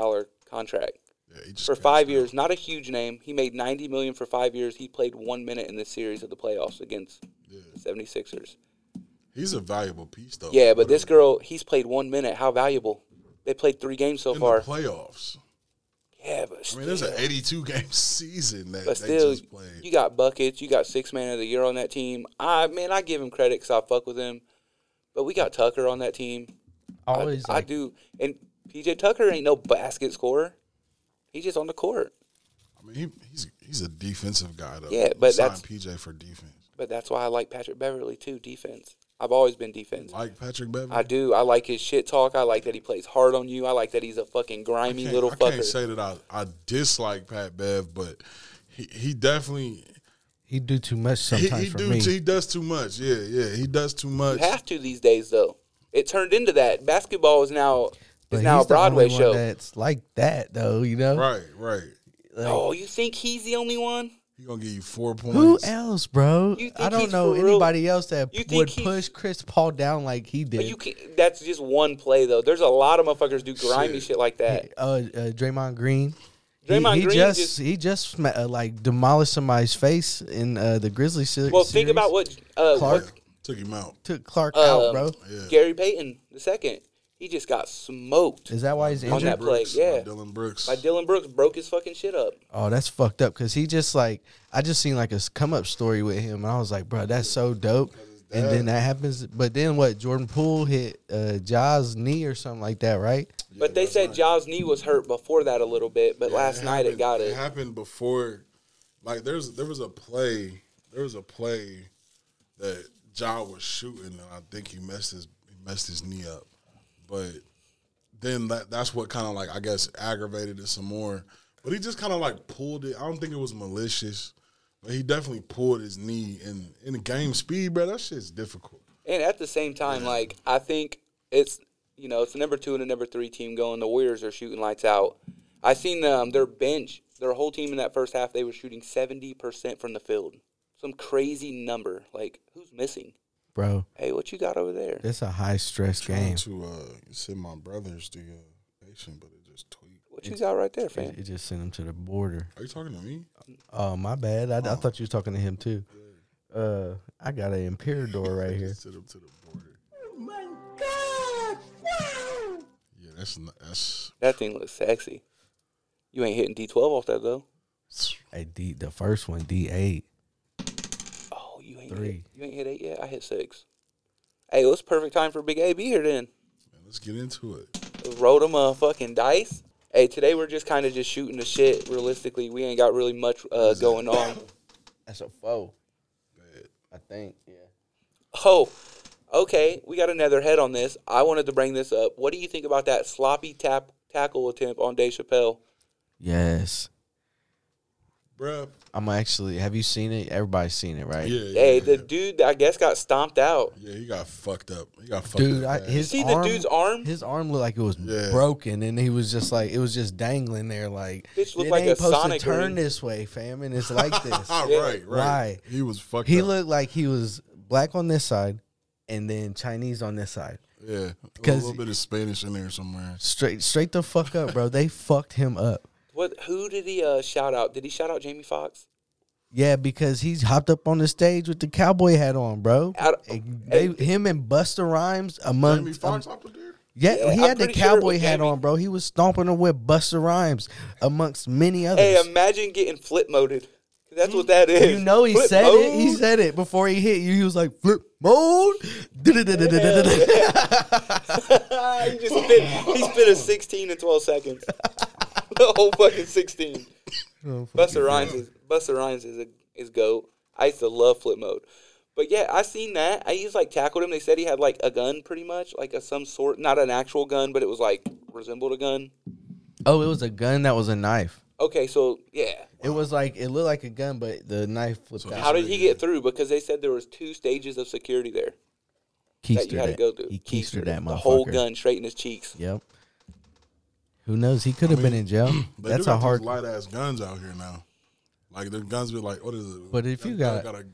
B: contract.
E: Yeah, he just
B: For
E: cashed
B: five
E: out.
B: years, not a huge name. He made $90 million for five years. He played one minute in this series of the playoffs against the 76ers.
E: He's a valuable piece though.
B: Yeah, but
E: What a-
B: this girl, he's played one minute. How valuable. They played three games so
E: in
B: far.
E: the playoffs.
B: yeah, but
E: I mean, there's
B: still.
E: an 82 game season that
B: But
E: they
B: still,
E: just played.
B: you got buckets. You got six man of the year on that team. I man, I give him credit because I fuck with him. But we got Tucker on that team. I,
C: Always
B: I
C: like,
B: do. And PJ Tucker ain't no basket scorer. He's just on the court.
E: I mean, he, he's he's a defensive guy though.
B: Yeah,
E: He
B: but
E: signed
B: that's-
E: PJ for defense.
B: But that's why I like Patrick Beverly too. Defense. I've always been defense.
E: Like Patrick Beverly.
B: I do. I like his shit talk. I like that he plays hard on you. I like that he's a fucking grimy
E: can't-
B: little
E: I
B: fucker.
E: can't say that I, I dislike Pat Bev, but he, he definitely
C: he do too much
E: he,
C: sometimes
E: he
C: for
E: do
C: me.
E: he does too much. Yeah, yeah, he does too
B: you
E: much.
B: have to these days though. It turned into that. Basketball is now
C: but
B: is now a
C: he's the only
B: Broadway
C: one
B: show.
C: that's like that though. You know,
E: Right, right.
B: oh, you think he's the only one?
E: He gonna give you four points.
C: who else, bro?
B: You think
C: I don't
B: he's
C: know
B: for real?
C: anybody else that
B: You think
C: would
B: he's-
C: push Chris Paul down like he
B: But
C: did.
B: you can, that's just one play though. There's a lot of motherfuckers do grimy shit,
E: Shit.
B: like that.
C: uh, uh, Draymond Green. He-
B: Draymond
C: he,
B: Green
C: just,
B: just-
C: he just sma- uh, like demolished somebody's face in uh, the Grizzlies se- series.
B: Well, think about what uh,
C: Clark
E: Took him out.
C: took Clark
B: Um,
C: out, bro.
B: what Gary Payton the second. He just got smoked
C: Is that why he's
B: on
C: injured?
B: that play,
E: Brooks,
B: yeah.
E: by Dylan Brooks.
B: by Dylan Brooks. Broke his fucking shit up.
C: Oh, that's fucked up because he just like I just seen like a come up story with him, and I was like, bro, that's so dope. And then that happens, but then what? Jordan Poole hit uh, Ja's knee or something like that, right?
B: but they said Jaws knee was hurt before that a little bit, but last night it
E: happened-
B: got
E: It
B: it.
E: happened before. Like there's there was a play. There was a play that Ja was shooting, and I think he messed his he messed his knee up. But then that that's what kind of like I guess aggravated it some more. But he just kind of like pulled it. I don't think it was malicious, but he definitely pulled his knee. And in the game speed, bro, that shit's difficult.
B: And at the same time, like I think it's you know it's the number two and the number three team going. The Warriors are shooting lights out. I seen them their bench, their whole team in that first half. They were shooting seventy percent from the field. Some crazy number. Like who's missing?
C: Bro,
B: Hey, what you got over there?
C: that's a high stress game.
E: To uh, send my brothers to uh, nation, but it just tweaked.
B: What you got right there, fam?
C: It, it just sent him to the border.
E: Are you talking to me?
C: Oh my bad. I, I thought you was talking to him too. Uh, I got an Imperador right here.
E: Just Sit up to the border.
C: Oh
E: Yeah, that's n- that's
B: That thing looks sexy. You ain't hitting D12 off that though.
C: Hey, D, the first one, D eight.
B: Oh, you ain't
C: Three.
B: Hit, you ain't hit eight yet. I hit six. Hey, well, it's perfect time for Big AB here then.
E: man, let's get into it.
B: Roll them a fucking dice. Hey, today we're just kind of just shooting the shit. Realistically, we ain't got really much uh, going on.
C: That's a foe. I think. Yeah.
B: Oh, okay. We got another head on this. I wanted to bring this up. What do you think about that sloppy tap tackle attempt on Dave Chappelle?
C: Yes.
E: Bruh.
C: I'm actually. Have you seen it? Everybody's seen it,
E: Yeah,
C: right?
E: yeah,
B: Hey,
E: yeah.
B: the dude I guess got stomped out.
E: Yeah, he got fucked up. He got fucked
C: Dude, I,
E: up. bad.
C: his
B: see the
C: arm,
B: dude's arm?
C: His arm looked like it was
E: Yeah.
C: broken, and he was just like it was just dangling there. Like
B: Bitch looked
C: it
B: like
C: ain't
B: a
C: supposed
B: Sonic
C: to turn
B: ring.
C: this way, fam, and it's like this.
E: Ah,
B: Yeah.
E: right, right.
C: Why?
E: He was fucked
C: he
E: up.
C: looked like he was black on this side, and then Chinese on this side.
E: yeah. A
C: 'cause-
E: little bit of Spanish in there somewhere.
C: Straight, straight the fuck up, bro. They fucked him up.
B: What? Who did he uh, shout out? Did he shout out Jamie Foxx?
C: Yeah, because he's hopped up on the stage with the cowboy hat on, bro.
B: Out-
C: And they, him and Busta Rhymes among
E: Jamie Foxx up in there?
C: yeah,
B: Yeah,
C: he
B: I'm
C: had the
B: pretty sure it
C: cowboy
B: was
C: hat
B: Jamie.
C: on, bro. He was stomping them with Busta Rhymes amongst many others.
B: Hey, imagine getting flip moded. That's what that is.
C: you know he
B: Flip
C: said it. He
B: mode?
C: said it before he hit you. He was like flip mode. Du-du-du-du-du-du-du.
B: Ah, he just spit. He spit a 16 in 12 seconds. the whole fucking 16.
C: Oh,
B: Buster Rhymes is Buster Rhymes is a is goat. I used to love flip mode, but yeah, I seen that. I used like tackled him. They said he had like a gun, pretty much like a some sort, not an actual gun, but it was like resembled a gun.
C: Oh, it was a gun that was a knife.
B: Okay, so yeah,
C: It was like it looked like a gun, but the knife flipped out.
B: how did he get through? Because they said there was two stages of security there that
C: keistered
B: you had to
C: it.
B: go through.
C: He keistered that motherfucker.
B: the whole gun straight in his cheeks.
C: Yep. Who knows? He could have been in jail.
E: They
C: That's
E: do
C: a
E: got
C: hard.
E: these light ass guns out here now. Like the guns be like, what is it?
C: But if you
E: Guy
C: got-
E: a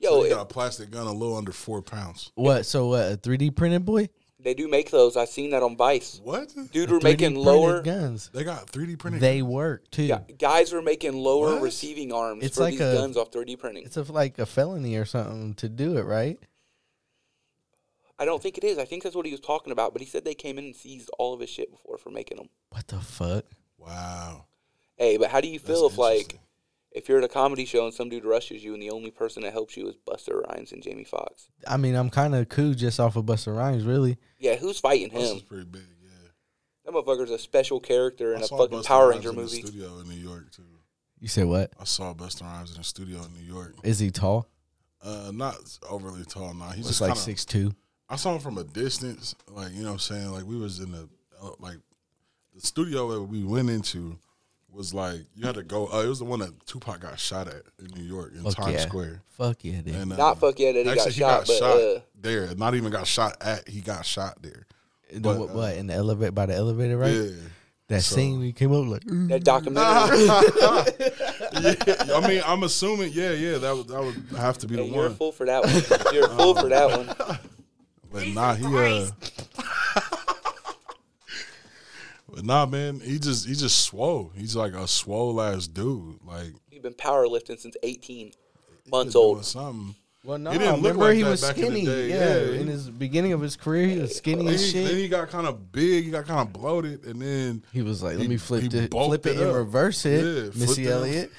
B: Yo,
E: you
B: it-
E: got a plastic gun a little under four pounds.
C: What? So what? A three D printed boy?
B: they do make those. I seen that on Vice.
E: What?
B: Dude,
C: A
B: were
C: 3D
B: making
C: printed
B: lower.
C: guns.
E: They got 3D printing.
C: They work too.
B: Yeah, guys were making lower
E: What?
B: receiving arms
C: It's
B: for
C: like
B: these
C: a-
B: guns off 3D printing.
C: It's a, like a felony or something to do it, right?
B: I don't think it is. I think that's what he was talking about. But he said they came in and seized all of his shit before for making them.
C: What the fuck?
E: wow.
B: Hey, but how do you
E: That's
B: feel if like
E: interesting.
B: if you're at a comedy show and some dude rushes you and the only person that helps you is Buster Rhymes and Jamie Foxx?
C: I mean, I'm kind of cool just off of Busta Rhymes, really.
B: Yeah, who's fighting
E: This
B: him?
E: is pretty big. Yeah.
B: That motherfucker's a special character in
E: I
B: a
E: saw
B: fucking
E: Busta
B: Power
E: Rhymes
B: Ranger
E: in the
B: movie.
E: studio in New York too.
C: You said what?
E: I saw Buster Rhymes in the studio in New York.
C: Is he tall?
E: Uh, not overly tall. Nah, he's
C: He's
E: just
C: like
E: kinda-
C: six two.
E: I saw him from a distance, like you know what I'm saying. Like we was in the uh, like the studio that we went into was like you had to go. Uh, it was the one that Tupac got shot at in New York in
C: Fuck
E: Times
C: yeah.
E: Square.
C: Fuck yeah, dude.
E: And, uh,
B: Not fuck yeah that he got
E: actually,
B: shot, but, uh,
E: there. Not even got shot at. He got shot there.
C: The
E: but,
C: what,
E: uh,
C: what in the elevator by the elevator, right?
E: Yeah.
C: That
E: so-
C: scene we came up like. "Ooh."
B: That documentary.
E: yeah. I mean, I'm assuming. Yeah, yeah. That would that would have to be the
B: Hey, you're a
E: one.
B: fool for that one. You're a fool for that one.
E: But nah, he uh. but nah, man, he just he just swole. He's like a swole ass dude. Like
B: You've been powerlifting since 18 months
E: doing
B: old.
E: Something.
C: Well, no,
E: He didn't look
C: remember
E: like
C: he
E: that
C: was
E: back in the
C: skinny.
E: day.
C: Yeah,
E: Yeah,
C: in
E: he-
C: his beginning of his career, he was skinny
E: Then
C: as
E: he,
C: shit.
E: then he got kind of big. He got kind of bloated, and then
C: He was like, "Let
E: He-
C: me flip
E: he
C: it,
E: bulked
C: flip it,
E: it
C: and
E: up.
C: reverse it,
E: Yeah, flipped
C: Missy
E: it up.
C: Elliott."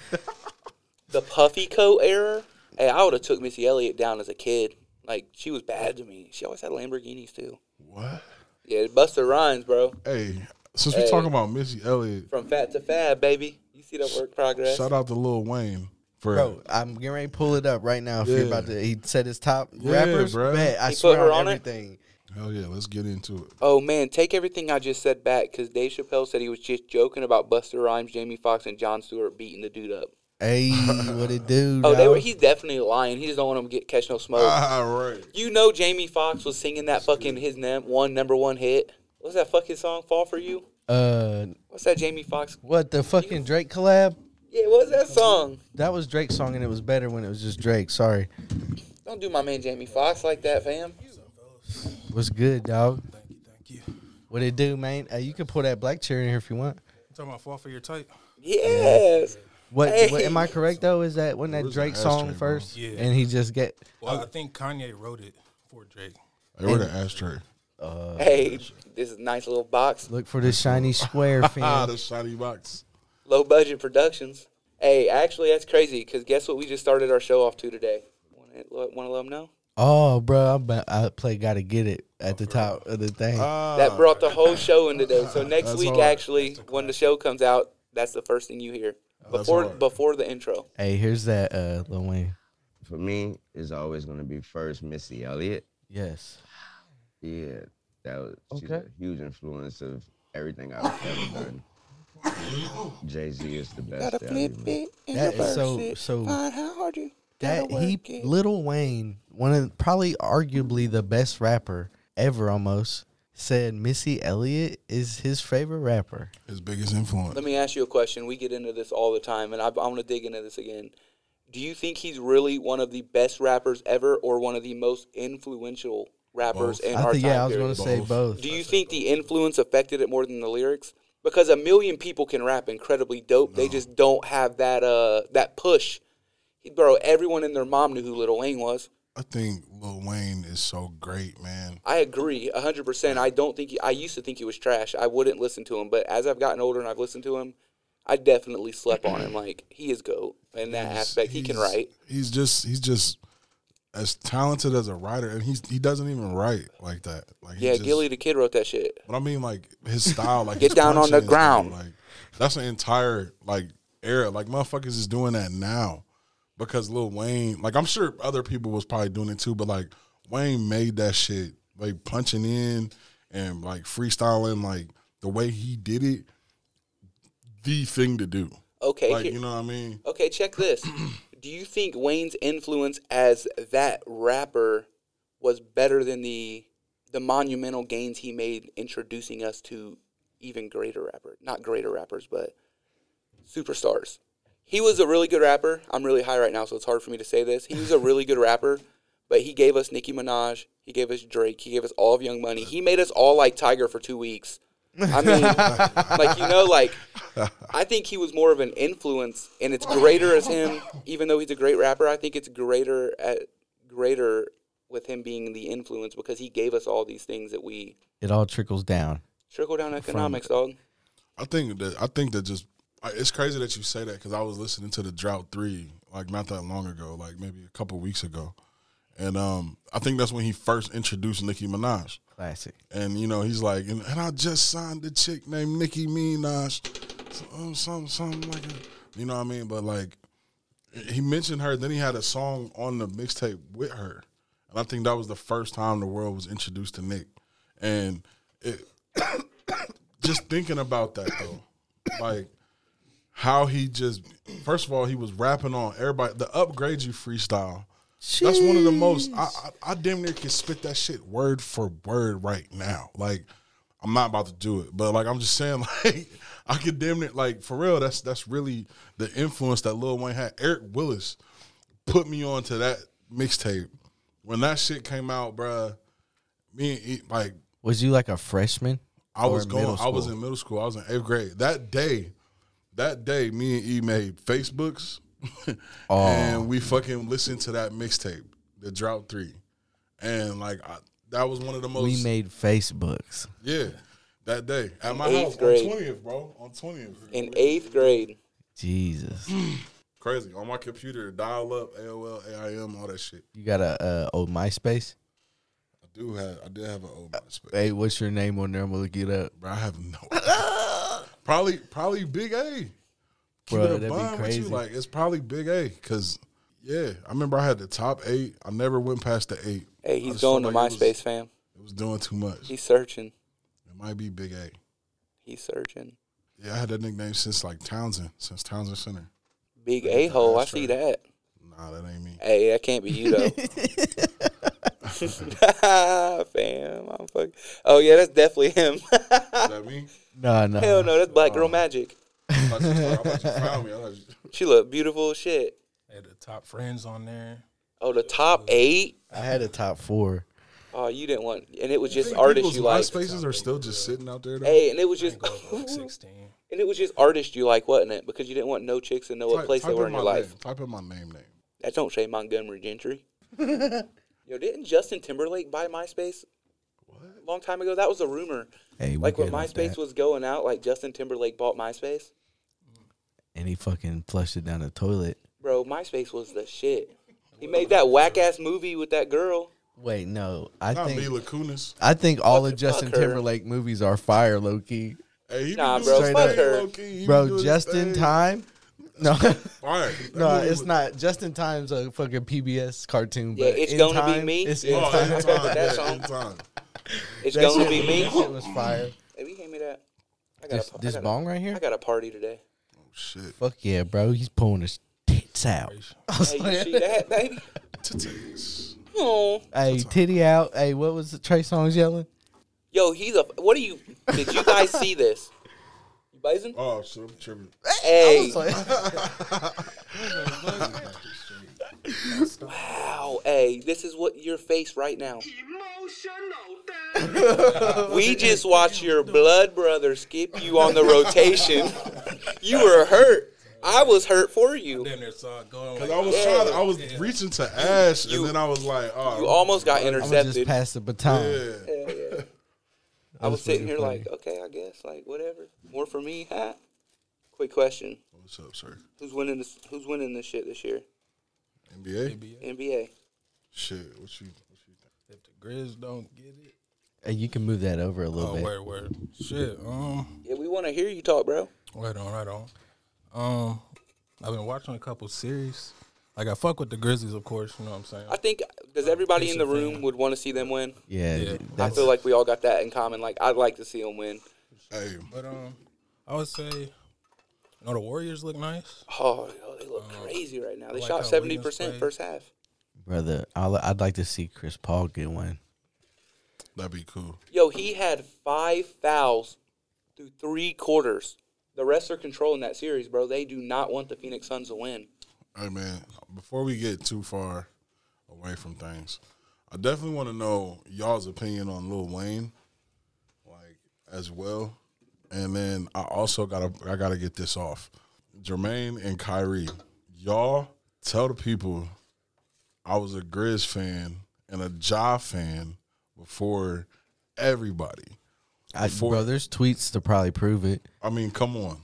B: the puffy coat era. Hey, I would have took Missy Elliott down as a kid. Like she was bad to me. She always had Lamborghinis too.
E: what?
B: Yeah, Buster Rhymes, bro.
E: Hey, since we talking about Missy Elliott,
B: From fat to fab, baby. You see that work progress?
E: shout out to Lil Wayne for
C: Bro, I'm getting ready to pull it up right now. If you're
E: Yeah.
C: about to, he said his top
E: Yeah,
C: rappers.
E: bro.
C: Bet, I
B: He put
C: swear
B: her on
C: on
B: it?
C: everything.
E: hell yeah. Let's get into it.
B: Oh man, take everything I just said back because Dave Chappelle said he was just joking about Buster Rhymes, Jamie Foxx, and John Stewart beating the dude up.
C: Hey, what it do?
B: Oh, they
C: dawg?
B: were. He's definitely lying. He just don't want him to get catch no smoke.
E: All Ah, right.
B: you know, Jamie Foxx was singing that fucking his num- one number one hit. What's that fucking song? Fall for you.
C: uh,
B: What's that Jamie Foxx?
C: what the fucking Drake collab?
B: Yeah, what's that song?
C: That was Drake's song, and it was better when it was just Drake. Sorry,
B: Don't do my man Jamie Foxx like that, fam.
C: was good, dog. What it do, man? Uh, you can pull that black chair in here if you want.
F: Talking about fall for your type.
B: Yes.
C: What, what am I correct though? Is that when that
E: Where's the
C: Drake song
E: ashtray, bro?
C: first?
F: Yeah.
C: And he just get
F: Well, I think Kanye wrote it for Drake.
E: They were the ashtray.
B: Hey, this is a nice little box.
C: look for this shiny square
E: Ah,
C: fan.
E: the shiny box.
B: Low budget productions. Hey, actually, that's crazy because guess what? We just started our show off to today. Want to let them know?
C: oh, bro, I'm about, I play gotta get it at the top of the thing.
E: Uh,
B: that brought the whole show in today. So next
E: That's
B: week,
E: hard.
B: actually, when the show comes out, that's the first thing you hear before
E: hard.
B: before the intro.
C: hey, here's that uh, Lil Wayne.
G: For me, it's always gonna be first Missy Elliott.
C: Yes.
G: Yeah, that was she's a huge influence of everything I've ever done. Jay Z is the best. at it, man.
C: That is so so. That he Little Wayne, one of probably arguably the best rapper ever, almost said Missy Elliott is his favorite rapper.
E: His biggest influence.
B: Let me ask you a question. We get into this all the time, and I, I want to dig into this again. Do you think he's really one of the best rappers ever, or one of the most influential rappers
E: Both.
B: in
C: I
B: our
C: think
B: time
C: yeah, I was
B: period?
C: gonna say
E: Both.
C: both.
B: Do you think the influence affected it more than the lyrics? Because a million people can rap incredibly dope. They just don't have that uh that push. Bro, everyone and their mom knew who Little Wayne was.
E: I think Lil Wayne is so great, man.
B: I agree, hundred percent. I don't think he, I used to think he was trash. I wouldn't listen to him, but as I've gotten older and I've listened to him, I definitely slept on him. Like he is goat in that aspect. He can
E: He's-
B: write.
E: He's just he's just as talented as a writer, and he's he doesn't even write like that. Like he
B: Yeah,
E: just,
B: Gilly the Kid wrote that shit.
E: But I mean, like his style, like
B: Get
E: his
B: down on the
E: punchlines,
B: ground.
E: Like that's an entire like era. Like motherfuckers is doing that now because Lil Wayne. Like I'm sure other people was probably doing it too, but like Wayne made that shit like punching in and like freestyling. Like the way he did it, the thing to do.
B: Okay,
E: Like
B: here-
E: you know what I mean?
B: Okay, check this. Do you think Wayne's influence as that rapper was better than the the monumental gains he made introducing us to even greater rappers? Not greater rappers, but superstars. He was a really good rapper. I'm really high right now, so it's hard for me to say this. He was a really good rapper, but he gave us Nicki Minaj, he gave us Drake, he gave us all of Young Money. He made us all like Tiger for two weeks. I mean, like you know, like I think he was more of an influence, and it's greater as him. Even though he's a great rapper, I think it's greater at greater with him being the influence because he gave us all these things that we
C: It all trickles down.
B: trickle down economics, dog.
E: I think that I think that just I- it's crazy that you say that because I was listening to the Drought Three like not that long ago, like maybe a couple weeks ago, and um I think that's when he first introduced Nicki Minaj,
C: Classic.
E: and you know he's like, and, and I just signed a chick named Nicki Minaj, something something something like that, you know what I mean? But like he mentioned her, then he had a song on the mixtape with her, and I think that was the first time the world was introduced to Nick, and it just thinking about that though, like how he just first of all he was rapping on everybody the upgrade you freestyle. That's one of the most I, I I damn near can spit that shit word for word right now. Like I'm not about to do it, but like I'm just saying like I could damn near like for real. That's that's really the influence that Lil Wayne had. Eric Willis put me onto that mixtape when that shit came out, bruh. Me and E- like
C: Was you like a freshman?
E: I
C: Or
E: was
C: in
E: going.
C: middle
E: I was
C: school?
E: in middle school. I was in eighth grade. That day, that day, me and E made Facebooks,
C: Oh.
E: and we fucking listened to that mixtape, the Drought Three, and like I, that was one of the most.
C: We made Facebooks.
E: yeah, that day at my
B: Eighth
E: house
B: grade.
E: on twentieth, bro, on twentieth.
B: In eighth grade,
C: Jesus.
E: Crazy on my computer, dial up, AOL, AIM, all that shit.
C: You got a uh, old MySpace?
E: I do have. I did have an old MySpace,
C: Hey, what's your name on there? I'm gonna look it up.
E: bro. I have no. idea. probably, probably Big A. keep
C: Bruh,
E: it a
C: that'd be
E: bun with you.
C: crazy.
E: Like it's probably Big A because yeah, I remember I had the top eight. I never went past the eight.
B: hey,
E: I
B: he's
E: just
B: going to
E: felt like it
B: MySpace,
E: was-
B: fam.
E: It was doing too much.
B: He's searching.
E: It might be Big A.
B: He's searching.
E: Yeah, I had that nickname since like Townsend, since Townsend Center.
B: Big
E: That's
B: a hole. I
E: right.
B: see that.
E: Nah, that ain't me.
B: Hey, that can't be you though, fam. I'm fuck. Oh yeah, that's definitely him.
E: Is that me?
C: No, no.
B: Hell no, that's
E: Oh.
B: Black Girl Magic.
E: I thought you, I thought you found me. I thought you-
B: She looked beautiful as shit.
F: They had the top friends on there.
B: Oh, the top eight.
C: I had a top four.
B: Oh, you didn't want, and it was
E: I
B: just
E: think
B: artists
E: people's
B: you like.
E: MySpaces are still just sitting out there. Though.
B: Hey, and it was
F: I
B: just
F: ain't going back to 16.
B: and it was just artists you like, wasn't it? Because you didn't want no chicks and know what
E: Type-
B: place they
E: type
B: were in
E: my
B: your life.
E: Name. Type in my name name.
B: That don't say Montgomery Gentry. Yo, didn't Justin Timberlake buy MySpace? What? Long time ago, that was a rumor.
C: Hey, we
B: like when
C: good off
B: MySpace
C: that.
B: was going out, like Justin Timberlake bought MySpace.
C: and he fucking flushed it down the toilet.
B: Bro, MySpace was the shit. He made that whack ass movie with that girl.
C: Wait, no, I
E: Not
C: think
E: Mila Kunis.
C: I think all of
B: Fuck
C: Justin
B: her.
C: Timberlake movies are fire, low key.
E: Hey, he be
B: Nah,
E: doing
B: bro,
E: his
C: fuck
E: thing,
B: her.
E: low-key. He be doing
C: Bro,
E: his
C: Justin
E: thing.
C: Time. No,
E: Fire.
C: no,
E: That dude
C: it's
E: was-
C: not. Justin Time's a fucking PBS cartoon.
B: Yeah,
C: but
B: It's
C: In
B: Gonna Be
C: Time-
B: Me.
C: It's
E: Oh,
C: in
E: in
C: time.
E: time,
B: That
E: yeah,
B: song.
E: in time.
B: It's
C: That
B: gonna
C: shit-
B: be me.
C: That shit was fire.
B: Hey, we hand me that. I got
C: This,
B: a, I
C: this
B: got a-
C: bong right
B: I
C: here.
B: got a party today.
E: Shit.
C: Fuck yeah, bro. He's pulling his tits out. I was
B: Hey, you
C: like,
B: see that, baby?
E: Titties.
B: Oh.
C: Hey, titty out. Hey, what was the Trey Songz yelling?
B: Yo, he's a. What are you? Did you guys see this? You bison?
E: Oh, shit, I'm tripping.
B: Hey, wow. Hey, this is what your face right now. we just watched your blood brother skip you on the rotation. you were hurt. I was hurt for you.
F: Damn near saw it going
E: Cause
F: like
E: I was trying, to, I was reaching to Ash, and then I was like, oh,
B: You almost got
C: I'm gonna just
B: intercepted.
C: pass the baton.
E: yeah.
B: I was sitting here
C: pretty
B: like, okay, I guess, like whatever. More for me, huh? Quick question:
E: What's up, sir?
B: Who's winning this? Who's winning this shit this year?
E: NBA?
B: NBA.
E: Shit, what you? What you
F: if the Grizz don't get it.
C: Hey, you can move that over a little
F: Oh
C: bit.
F: word word shit. Um,
B: Yeah, we want to hear you talk, bro.
F: right on, right on. Um, I've been watching a couple series. Like I fuck with the Grizzlies, of course. You know what I'm saying.
B: I think does everybody in the
F: Jason Tatum.
B: room would want to see them win?
C: Yeah,
F: Yeah.
C: dude,
B: I
C: that's
B: feel like we all got that in common. Like I'd like to see them win.
E: think? Hey,
F: But um, I would say, you know, the Warriors look nice.
B: Oh, yo, they look
E: uh,
B: crazy right now. They
F: like
B: shot
F: how
B: seventy
F: Wiggins
B: percent
F: played.
B: first half.
C: brother. I'll, I'd like to see Chris Paul get one.
E: that'd be cool.
B: Yo, he had five fouls through three quarters. The rest are controlling that series, bro. They do not want the Phoenix Suns to win.
E: Hey man, before we get too far away from things, I definitely want to know y'all's opinion on Lil Wayne, like as well. And then I also gotta I gotta get this off. Jermaine and Kyrie, y'all tell the people I was a Grizz fan and a Ja fan before everybody.
C: I,
E: Before-
C: bro, there's tweets to probably prove it.
E: I mean, come on.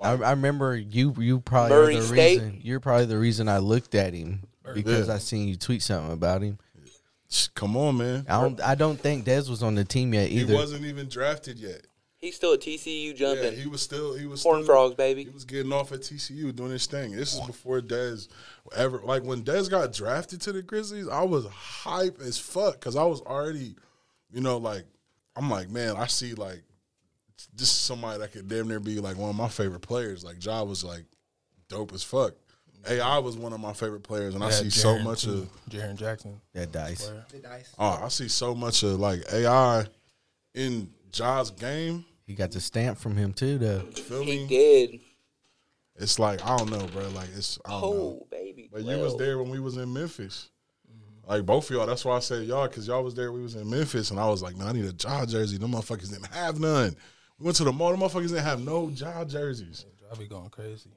C: I, I remember you. You probably
B: Murray
C: are the
B: State?
C: reason. You're probably the reason I looked at him because I seen you tweet something about him.
E: Sh- Come on, man.
C: I don't. I don't think Dez was on the team yet
E: He
C: either.
E: wasn't even drafted yet.
B: He's still at TCU
E: Yeah,
B: jumping.
E: he was still he was
B: Horn
E: still,
B: frogs, baby.
E: He was getting off at TCU doing his thing. This is before Dez ever like when Dez got drafted to the Grizzlies. I was hype as fuck because I was already, you know, like I'm like man, I see like this is somebody that could damn near be like one of my favorite players. Like Ja was like dope as fuck. AI was one of my favorite players, and I see so much of
F: Jaron Jackson.
C: that dice.
E: oh, I see so much of like AI in Ja's game.
C: He got the stamp from him too, though.
E: Feel
B: He
E: me?
B: did.
E: It's like I don't know, bro. Like it's I don't know.
B: Oh, baby.
E: But you was
B: Well,
E: there when we was in Memphis. Like both of y'all. That's why I said y'all, because y'all was there. We was in Memphis, and I was like, man, I need a Ja jersey. Them motherfuckers didn't have none. We went to the mall. Them motherfuckers didn't have no Ja jerseys.
F: I be going crazy.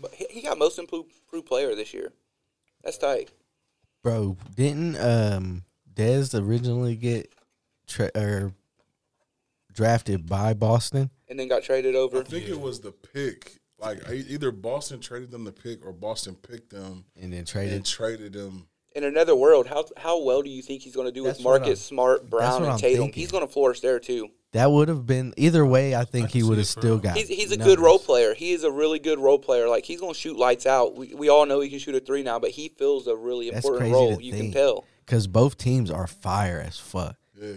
B: But he- he got most improved improved player this year. That's tight.
C: Bro, didn't um Dez originally get tra- or drafted by Boston?
B: And then got traded
E: I
B: over.
E: think it was the pick. Like e- either Boston traded them the pick, or Boston picked them
C: and then
E: and
C: traded.
E: traded them.
B: in another world, how how well do you think he's going to do
C: That's
B: with
C: what I'm-
B: Marcus Smart, Brown,
C: what
B: and
C: I'm
B: Tatum?
C: thinking.
B: He's going to flourish there too.
C: That would have been either way. I think he would have
F: for
C: still got.
B: He's he's a
C: numbers.
B: good role player. He is a really good role player. Like he's going to shoot lights out. We, we all know he can shoot a three now, but he fills a really
C: That's
B: important
C: crazy
B: role.
C: to
B: You can
C: think.
B: tell.
C: because both teams are fire as fuck.
E: Yeah.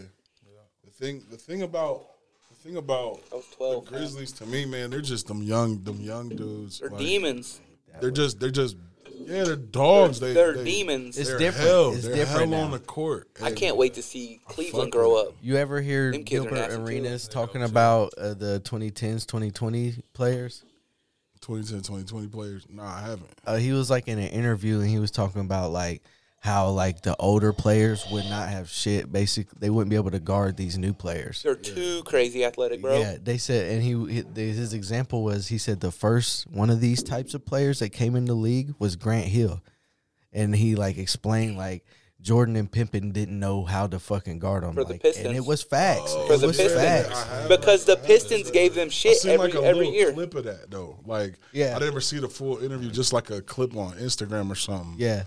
E: The thing. The thing about. The thing about.
B: I was
E: The
B: twelve. man.
E: Grizzlies to me, man, they're just them young, them young dudes.
B: They're
E: Like,
B: demons.
E: They're just, they're just, yeah, they're dogs. They,
B: They're
E: they-
B: demons.
C: It's
E: They're
C: different.
E: Hell,
C: It's
E: they're
C: different
E: hell on
C: now.
E: the court.
B: I can't wait to see Cleveland
E: fuck
B: grow
E: with
B: up.
C: You ever hear
B: Them kids are
C: Gilbert
B: nasty, too.
C: Arenas talking about uh, the 2010s, 2020 players?
E: 2010, 2020 players. Nah, I haven't.
C: Uh, he was like in an interview and he was talking about like how like the older players would not have shit. Basically, they wouldn't be able to guard these new players.
B: They're too crazy athletic, bro.
C: Yeah, they said, and he he- his example was he said the first one of these types of players that came in the league was Grant Hill, and he like explained like Jordan and Pimpin didn't know how to fucking guard him,
B: For the
C: like, and
B: Pistons. Oh.
C: it was facts.
B: For
C: it
B: the
C: was
B: Pistons. Uh-huh.
C: facts.
B: Because the Pistons gave them
E: I
B: shit
E: seen
B: every
E: like a
B: every
E: little
B: year.
E: clip of that though. Like,
C: Yeah.
E: I never see the full interview. Just like a clip on Instagram or something.
C: Yeah,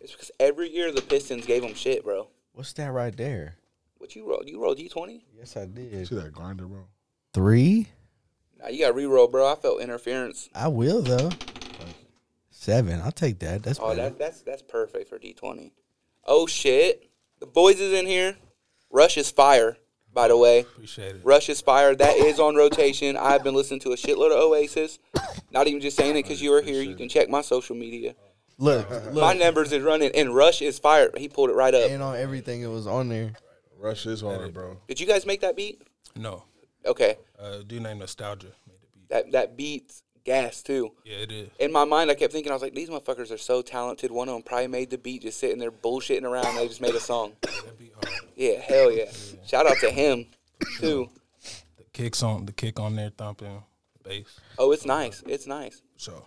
B: It's because every year the Pistons gave them shit, bro.
C: what's that right there?
B: What you roll? You roll D twenty?
C: Yes, I did
E: See that grinder, bro.
C: three.
B: Nah, you got re-roll, bro. I felt interference.
C: I will though. Seven. I'll take that. That's
B: Oh,
C: better.
B: that, that's that's perfect for D twenty. Oh shit, the boys is in here. Rush is fire. By the way,
F: Appreciate it.
B: Rush is fire. That is on rotation. I've been listening to a shitload of Oasis. Not even just saying it because you were here. You can check my social media.
C: look,
B: My
C: look.
B: numbers is running, and Rush is fire. He pulled it right up.
C: And on everything that was on there.
E: Rush is hard, bro.
B: Did you guys make that beat?
F: No,
B: Okay,
F: uh, dude named Nostalgia made the beat.
B: that that beat's gas too.
F: Yeah, it is.
B: in my mind, I kept thinking, I was like, these motherfuckers are so talented. One of them probably made the beat just sitting there bullshitting around. They just made a song.
F: That beat hard.
B: Yeah, hell yeah. Shout out to him, too.
F: The kicks on the kick on there thumping bass.
B: Oh, it's nice. It's nice.
F: So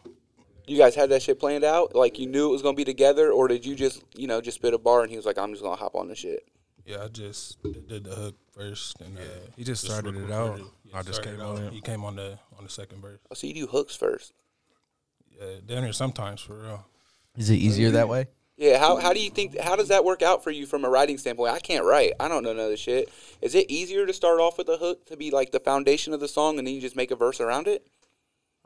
B: You guys had that shit planned out? Like, you knew it was going to be together? Or did you just, you know, just spit a bar and he was like, I'm just going to hop on this shit?
F: yeah, I just d- did the hook first, and uh,
H: He just started it out. I just
F: started
H: came
F: out.
H: on it.
F: He came on the on the second verse.
B: Oh, so you do hooks first.
F: Yeah, down here sometimes for real.
C: Is it easier that way?
B: Yeah, how, how do you think, how does that work out for you from a writing standpoint? I can't write. I don't know none of this shit. Is it easier to start off with a hook to be like the foundation of the song and then you just make a verse around it?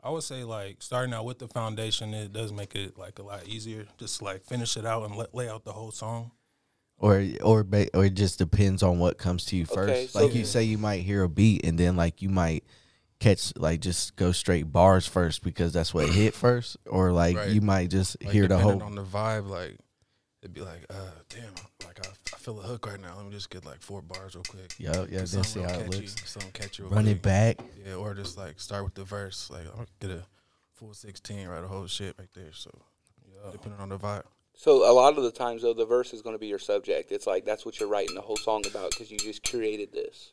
F: I would say like starting out with the foundation, it does make it like a lot easier. Just like finish it out and let, lay out the whole song.
C: Or or ba- or it just depends on what comes to you first.
B: Okay, so-
C: like you say, you might hear a beat and then like you might catch like just go straight bars first because that's what hit first. Or like
H: Right.
C: you might just
H: Like,
C: hear the
H: depending
C: whole.
H: on the vibe. Like it'd be like, uh, damn, like I, I feel a hook right now. Let me just get like four bars real quick.
C: Yeah, yeah.
H: Do
C: Then see
H: something
C: how
H: real
C: it
H: catchy,
C: looks.
H: Something catchy. real
C: Run it
H: quick.
C: back.
H: Yeah, or just like start with the verse. Like I'll get a full sixteen, right? The whole shit right there. So depending on the vibe.
B: So a lot of the times, though, the verse is going to be your subject. It's like that's what you're writing the whole song about because you just created this.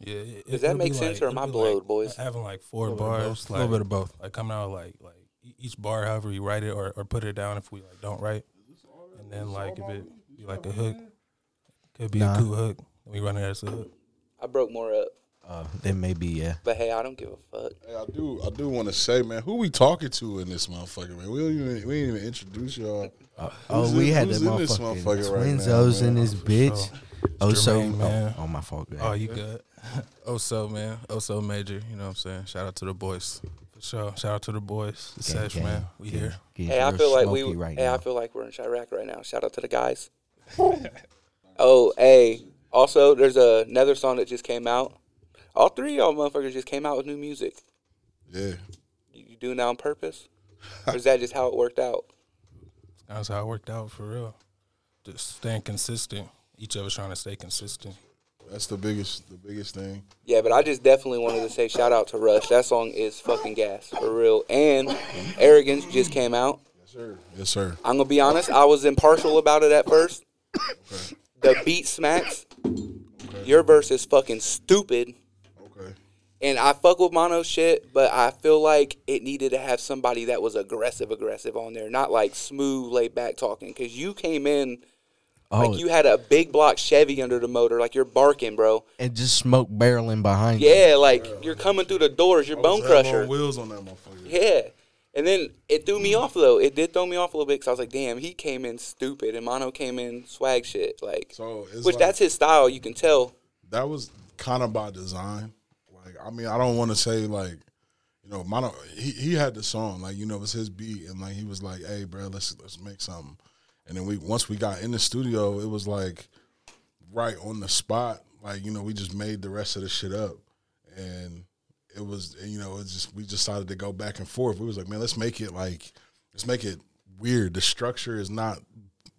F: Yeah, it-
B: Does that
F: it'll be
B: make sense, or am
F: it'll
B: I
F: be
B: blowed,
F: like
B: boys?
F: Having like four
H: Little bit of
F: bars,
H: both, little
F: like-
H: bit of both.
F: Like coming out like like e- each bar, however you write it or, or put it down if we like don't write, and then like if it be like a hook, could be
C: Nah.
F: a cool hook. We run it as a hook.
B: I broke more up,
C: Uh, then maybe yeah.
B: but hey, I don't give a fuck.
E: Hey, I do, I do want to say, man, who we talking to in this motherfucker, man? We don't even, we ain't even introduce y'all.
C: Oh,
E: Who's
C: we
E: in-
C: had the
E: who's in this
C: motherfucking
E: motherfucker right now,
C: Twinzos in
E: man?
C: this bitch. Oh, so
F: Jermaine,
C: oh,
F: man.
C: oh, my fault. man.
F: Oh, you good?
H: Oh so man, oh so major. You know what I'm saying? Shout out to the boys.
F: For sure. Shout out to the boys, the
C: Gang,
F: Sesh
C: gang,
F: man. We
C: gang,
F: here.
C: gang.
B: hey, I
C: Real
B: feel like we.
C: smoky right
B: hey, I
C: now.
B: feel like we're in Chirac right now. Shout out to the guys. oh, hey. Also, there's a- another song that just came out. All three of y'all motherfuckers just came out with new music.
E: Yeah,
B: You you doing that on purpose, or is that just how it worked out?
F: That's how it worked out for real. Just staying consistent. Each of us trying to stay consistent.
E: that's the biggest, the biggest thing.
B: Yeah, but I just definitely wanted to say shout out to Rush. That song is fucking gas for real. And Arrogance just came out.
E: Yes, sir. Yes, sir.
B: I'm gonna be honest, I was impartial about it at first. The beat smacks. Your verse is fucking stupid.
E: Okay.
B: And I fuck with mono shit, but I feel like it needed to have somebody that was aggressive, aggressive on there, not like smooth, laid back talking. Cause you came in
C: Oh,
B: like you had a big block Chevy under the motor, like you're barking, bro.
C: and just smoke barreling behind you.
B: Yeah, like you're coming through the doors, you're bone
E: Just have
B: crusher.
E: on Wheels on that motherfucker.
B: Yeah. And then it threw me off though. It did throw me off a little bit because I was like, "Damn, he came in stupid," and Mono came in swag shit, like,
E: So it's
B: which
E: like-
B: that's his style. You can tell.
E: that was kind of by design. Like, I mean, I don't want to say like, you know, Mono. He, he had the song like, you know, it was his beat, and like he was like, "Hey, bro, let's let's make something." And then we once we got in the studio, it was like right on the spot. Like, you know, we just made the rest of the shit up, and it was, and, you know, it just we decided to go back and forth. We was like, man, let's make it like, let's make it weird. The structure is not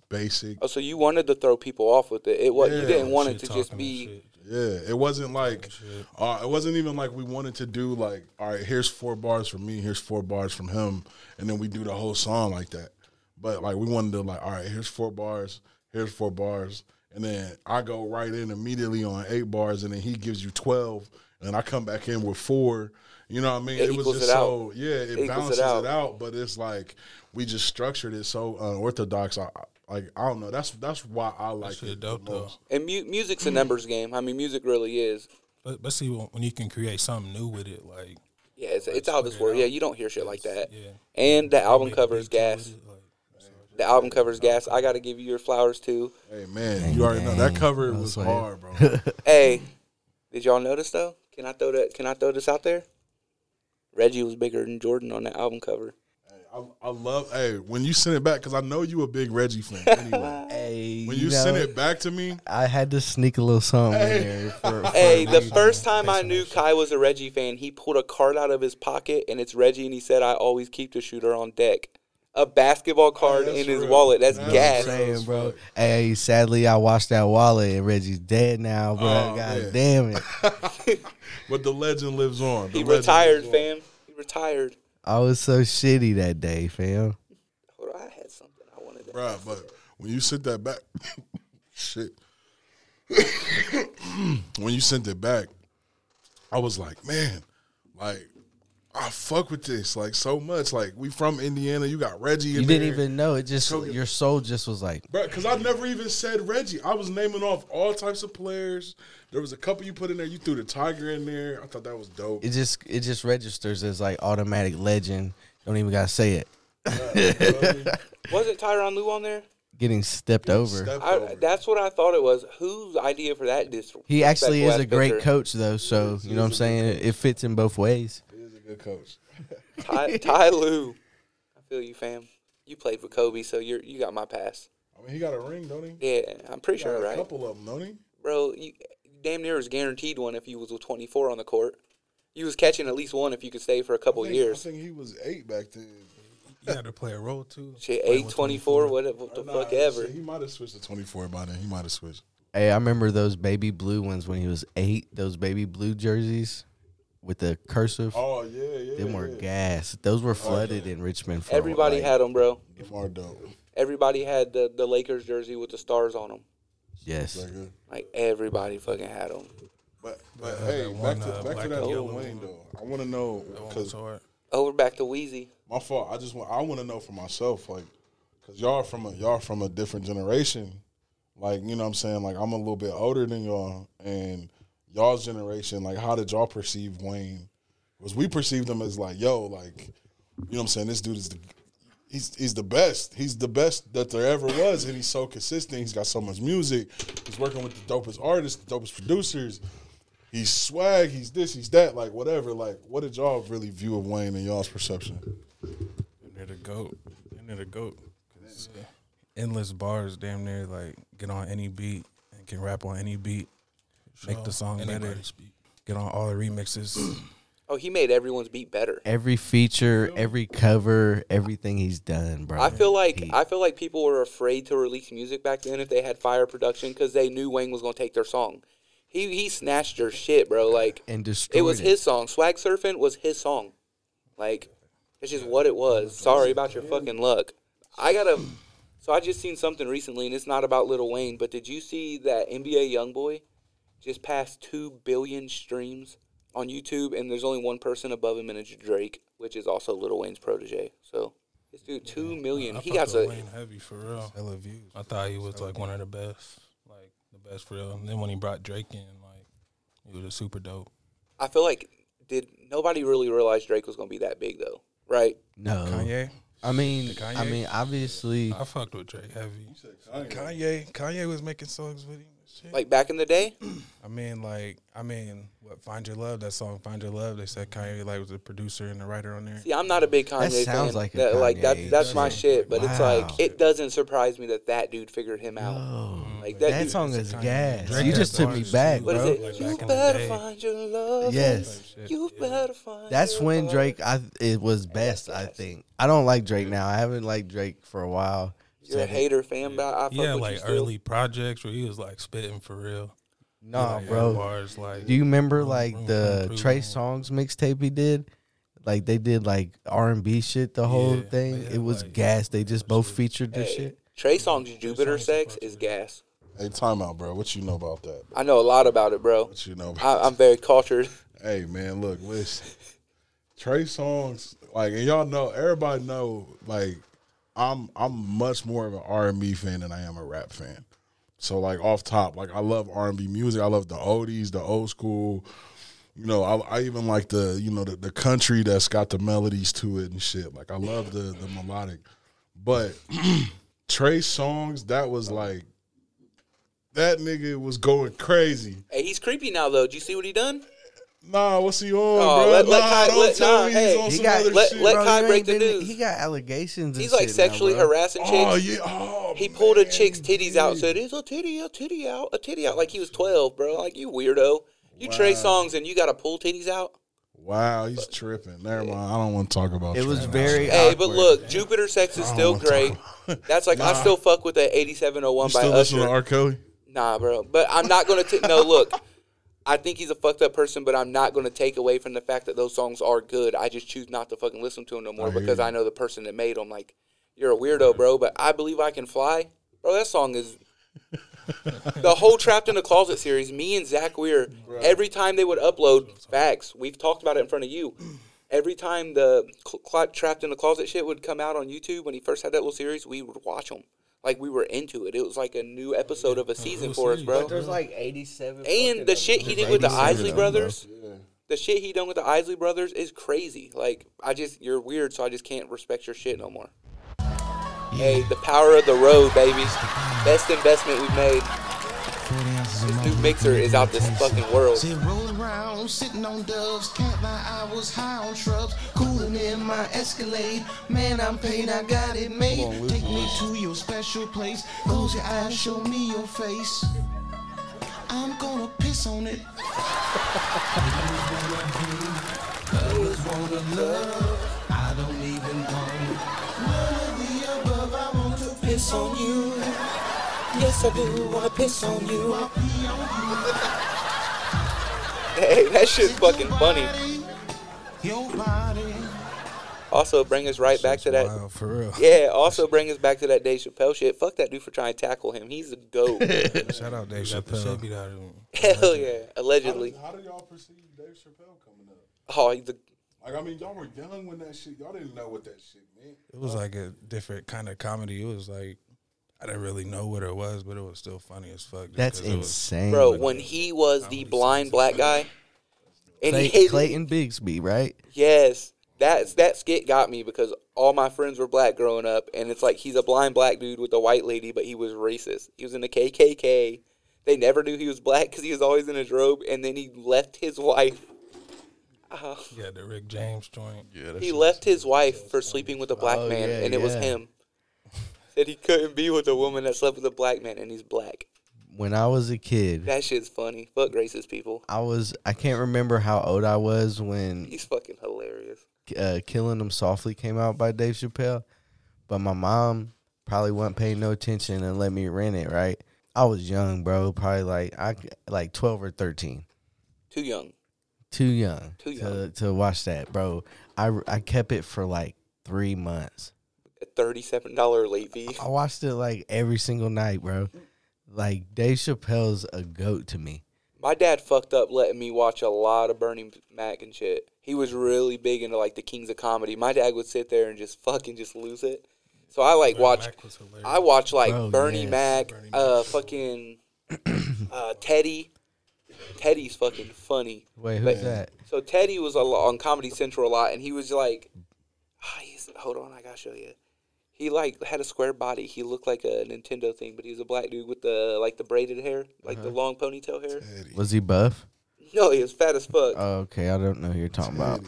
E: basic.
B: Oh, so you wanted to throw people off with it? It was you
E: Yeah.
B: didn't want it
F: Shit,
B: to
F: talking
B: just
F: and
B: be.
F: shit.
E: Yeah, it wasn't like uh, it wasn't even like we wanted to do like all right, here's four bars from me, here's four bars from him, and then we do the whole song like that. But like we wanted to like, all right, here's four bars, here's four bars, and then I go right in immediately on eight bars, and then he gives you twelve, and then I come back in with four. You know what I mean?
B: It
E: It, was
B: equals
E: just
B: it out.
E: so yeah, it,
B: It equals
E: balances
B: it out.
E: it out, but it's like we just structured it so unorthodox. I I- like I don't know. That's that's why I like
F: shit
E: it the
F: dope, though.
E: most.
B: And mu- music's a numbers game. I mean, music really is.
F: But, but see, when when you can create something new with it, like
B: Yeah, it's, it's out this world. Yeah, you don't hear shit like that.
F: yeah,
B: And the album
F: Make a
B: cover is
F: beat to
B: gas.
F: it, like,
B: The album cover is gas. I got to give you your flowers too.
E: Hey man, you already know that cover was
C: like-
E: hard, bro.
B: Hey, did y'all notice though? Can I throw that? Can I throw this out there? Reggie was bigger than Jordan on that album cover.
E: I, I love hey when you send it back because I know you a big Reggie fan anyway.
C: Hey,
E: When you
C: know,
E: send it back to me,
C: I had to sneak a little something in there. For, for
B: Hey, the
C: Reggie.
B: first time I knew Kai was a Reggie fan, he pulled a card out of his pocket and it's Reggie, and he said, "I always keep the shooter on deck." A basketball card
E: that's
B: in his
E: real.
B: wallet. That's
E: That's
B: gas.
E: real.
C: saying, bro. Hey, sadly, I watched that wallet and Reggie's dead now, bro.
E: Oh,
C: God
E: man.
C: damn it.
E: but the legend lives on. The
B: He
E: legend
B: retired,
E: lives on.
B: fam. He retired.
C: I was so shitty that day, fam.
B: Hold on, I had something I wanted to.
E: Bruh, but when you sent that back, shit. when you sent it back, I was like, man, like I fuck with this like so much. Like we from Indiana, you got Reggie.
C: You
E: in
C: didn't
E: there.
C: even know. It just,
E: Took it.
C: your soul just was like,
E: Bro, because I never even said Reggie. I was naming off all types of players. There was a couple you put in there. You threw the Tiger in there. I thought that was dope.
C: it just, it just registers as like automatic legend. Don't even gotta say it.
B: Wasn't Tyron Lue on there?
C: Getting stepped over.
E: Step over.
B: I, that's what I thought it was. Whose idea for that? Dis-
C: He actually is
B: disrespectful
C: a
B: ass
C: great
B: picture?
C: coach, though. So you know what I'm saying. It fits in both ways.
E: He's a good coach.
B: Ty, Ty Lue. I feel you, fam. You played with Kobe, so you're you got my pass.
E: I mean, he got a ring, don't he? He
B: Yeah, I'm pretty
E: got
B: sure,
E: a
B: right,
E: couple of them, don't he?
B: bro? You damn near was guaranteed one if you was with 24 on the court. You was catching at least one if you could stay for a couple
E: I think,
B: years.
E: I think he was eight back then.
F: you had to play a role too.
B: Shit,
F: Play
B: eight
F: with
B: twenty four, what, what the
E: Nah,
B: fuck ever.
E: shit, He might have switched to 24 by then. He might have switched.
C: Hey, I remember those baby blue ones when he was eight. Those baby blue jerseys with the cursive.
E: Oh, yeah, yeah.
C: them were gas. Those were flooded in Richmond. For
B: Everybody
C: like-
B: had them, bro.
E: Them are dope.
B: Everybody had the, the Lakers jersey with the stars on them.
C: yes.
E: nigga.
B: Like uh, everybody fucking had them.
E: But, but hey, back to,
F: uh,
E: back to
F: black
E: that
F: and
E: Lil
F: yellow
E: Wayne, though. I want to know, because
F: So hard.
B: Oh, we're back to Wheezy.
E: my fault. I just want I want to know for myself, like, cause y'all from a y'all from a different generation. Like, you know what I'm saying? Like I'm a little bit older than y'all and y'all's generation, like how did y'all perceive Wayne? Was we perceived him as like, yo, like, you know what I'm saying? This dude is the he's he's the best. He's the best that there ever was, and he's so consistent. He's got so much music. He's working with the dopest artists, the dopest producers. He's swag, he's this, he's that, like whatever. Like, what did y'all really view of Wayne and y'all's perception?
F: And they're the goat. And they're the goat. 'Cause, uh, endless bars, damn near like get on any beat and can rap on any beat. Make the song better. Get on all the remixes.
B: Oh, he made everyone's beat better.
C: Every feature, every cover, everything he's done, bro.
B: I feel like I feel like people were afraid to release music back then if they had fire production because they knew Wayne was gonna take their song. He he snatched your shit, bro. Like
C: and destroyed
B: it was his song. Swag surfing was his song. Like it's just what it was. Sorry about your fucking luck. I gotta. So I just seen something recently, and it's not about Lil Wayne, but did you see that NBA YoungBoy just passed two billion streams on YouTube, and there's only one person above him, and it's Drake, which is also Lil Wayne protege. So this dude, two million.
F: I
B: He
F: fuck
B: got
F: with
B: a
F: Wayne heavy for real. I thought he was like one of the best, like the best for real. And then when he brought Drake in, like he was a super dope.
B: I feel like did nobody really realize Drake was gonna be that big though, right?
C: no.
F: Kanye,
C: I mean,
F: Kanye?
C: I mean, obviously,
F: I fucked with Drake heavy.
H: Kanye, Kanye was making songs with him. and Shit.
B: Like back in the day,
H: I mean, like, I mean, what? Find Your Love. That song, Find Your Love. They said Kanye like was the producer and the writer on there.
B: see, I'm not a big Kanye
C: sounds
B: fan.
C: like a
B: that, like that,
C: Kanye
B: that's my shit. But it's like
C: Wow.
B: it doesn't surprise me that that dude figured him out. like that,
C: that
B: dude,
C: song is
H: Kanye.
C: gas.
H: Drake
C: you
H: has
C: just took me
H: bars,
C: back,
H: too,
B: What
C: bro.
B: is
F: bro,
B: it?
F: like
B: you
F: back in the
B: better
F: day.
B: find your love.
C: Yes.
B: You better find.
C: That's
B: your
C: when
B: love.
C: Drake I it was best, I think. I don't like Drake now. I haven't liked Drake for a while.
B: You're a hater, fam. But I fuck
F: He had
B: with you
F: like
B: still.
F: early projects where he was like spitting for real.
C: Nah,
F: Like,
C: bro.
F: Bars like
C: Do you remember like
F: room for
C: the
F: improvement.
C: Trey Songs mixtape he did? Like they did like R and B shit the whole
F: Yeah,
C: thing.
F: yeah,
C: it was
F: like-
C: gas. They just both featured this
B: Hey,
C: shit.
B: Trey Songz Jupiter Sex is gas.
E: Hey, time out, bro. What you know about that?
B: I know a lot about it, bro.
E: What you know about
B: I, I'm very cultured.
E: Hey man, look, listen. Trey songs like and y'all know everybody know like I'm I'm much more of an R and B fan than I am a rap fan. So like off top, like I love R and B music. I love the oldies, the old school. You know, I, I even like the you know the, the country that's got the melodies to it and shit. Like I love the the melodic, but Trey songs that was like that nigga was going crazy.
B: Hey, he's creepy now though. Do you see what he done?
E: Nah, what's he on,
B: Oh,
E: bro?
B: let-
E: nah,
B: let Kai-
E: don't
B: let-
E: tell
B: nah,
E: me
B: hey,
E: he's on
B: he
E: some
B: got-
E: other
B: let-
E: shit.
B: let-
C: Bro,
B: Kai
C: you
B: break
C: ain't
B: the
C: been-
B: news.
C: He got allegations. And
B: He's like
C: shit now,
B: sexually
C: bro.
B: harassing chicks.
E: oh yeah, oh,
B: He pulled a
E: man,
B: chick's titties out,
E: dude.
B: said, "It's a titty, a titty out, a titty out." Like he was twelve, bro. Like you weirdo. You Trey songs and you got to pull titties out.
E: "Wow, he's tripping." Never mind, I don't want to talk about.
C: It was
E: Trey.
C: very.
B: Hey,
C: awkward.
B: but look, Jupiter Sex is still great. That's like I still fuck with that eighty-seven oh one
E: You
B: by
E: still listen to
B: Usher.
E: R. Kelly?
B: Nah, bro. But I'm not gonna t- no look. I think he's a fucked up person, but I'm not gonna take away from the fact that those songs are good. I just choose not to fucking listen to them no more because I know the person that made them. Like, you're a weirdo, bro. But I believe I can fly, bro. That song is the whole Trapped in the Closet series. Me and Zach Weir, every time they would upload facts, we've talked about it in front of you. Every time the cl- cl- Trapped in the Closet shit would come out on YouTube when he first had that little series, we would watch them. Like we were into it. It was like a new episode of a season for us, bro.
C: There's like 87.
B: And the shit he did with the Isley Brothers, the shit he done with the Isley Brothers is crazy. Like I just, you're weird, so I just can't respect your shit no more. Hey, the power of the road, baby. Best investment we've made. This new mixer is out this fucking world.
D: Said rolling round, sitting on doves. Can't lie, I was high on shrubs. Cooling in my Escalade. Man, I'm paid, I got it made. Take me to your special place. Close your eyes, show me your face. I'm gonna piss on it. Always wanna love. I don't even want none of the above. I want to piss on you. Yes, I do. I piss on you. I pee on you.
B: Hey, that shit's fucking funny.
D: Your body.
B: Also, bring us right back to that.
F: Wow, for real.
B: Yeah, also bring us back to that Dave Chappelle shit. Fuck that dude for trying to tackle him. He's a goat.
F: Shout out Dave Chappelle.
B: Hell yeah, allegedly.
E: How did y'all perceive Dave Chappelle coming up?
B: Oh, he's a
E: Like, I mean, y'all were young when that shit. Y'all didn't know what that shit meant.
F: It was like a different kind of comedy. It was like I didn't really know what it was, but it was still funny as fuck. just
C: That's
F: 'cause it was-
C: insane.
B: bro when he was the blind black guy and he
C: Clay,
B: hit
C: Clayton Bigsby, right?
B: yes that's that skit got me because all my friends were black growing up and it's like he's a blind black dude with a white lady but he was racist he was in the kkk they never knew he was black because he was always in his robe and then he left his wife Ah,
F: Yeah, the Rick James joint. Yeah,
B: he left his wife for sleeping with a black
C: Oh,
B: man
C: yeah,
B: and it was
C: yeah.
B: him said he couldn't be with a woman that slept with a black man and he's black
C: When I was a kid,
B: that shit's funny fuck racist people
C: I was I can't remember how old I was when
B: he's fucking hilarious
C: uh, "Killing Them Softly" came out by Dave Chappelle, but my mom probably wasn't paying no attention and let me rent it. Right, I was young, bro. Probably like I c- like twelve or thirteen.
B: too young
C: Too young,
B: Too
C: to
B: young.
C: to watch that, bro. I r- I kept it for like three months.
B: a $37 late fee
C: I watched it like every single night, bro. Like Dave Chappelle's a goat to me.
B: My dad fucked up letting me watch a lot of Bernie Mac and shit. He was really big into like the kings of comedy. My dad would sit there and just fucking just lose it. So I like watch. I watch like
C: Bro,
B: Bernie
C: yes.
B: Mac, uh, fucking uh, Teddy. Teddy's fucking funny.
C: Wait, who's
B: But-
C: that?
B: So Teddy was a lo- on Comedy Central a lot, and he was like, ah, he's, hold on, I gotta show you. He like had a square body. He looked like a Nintendo thing, but he was a black dude with the like the braided hair, like the long ponytail hair.
C: Was he buff?
B: No, he was fat as fuck.
C: Oh, okay, I don't know who you're talking about.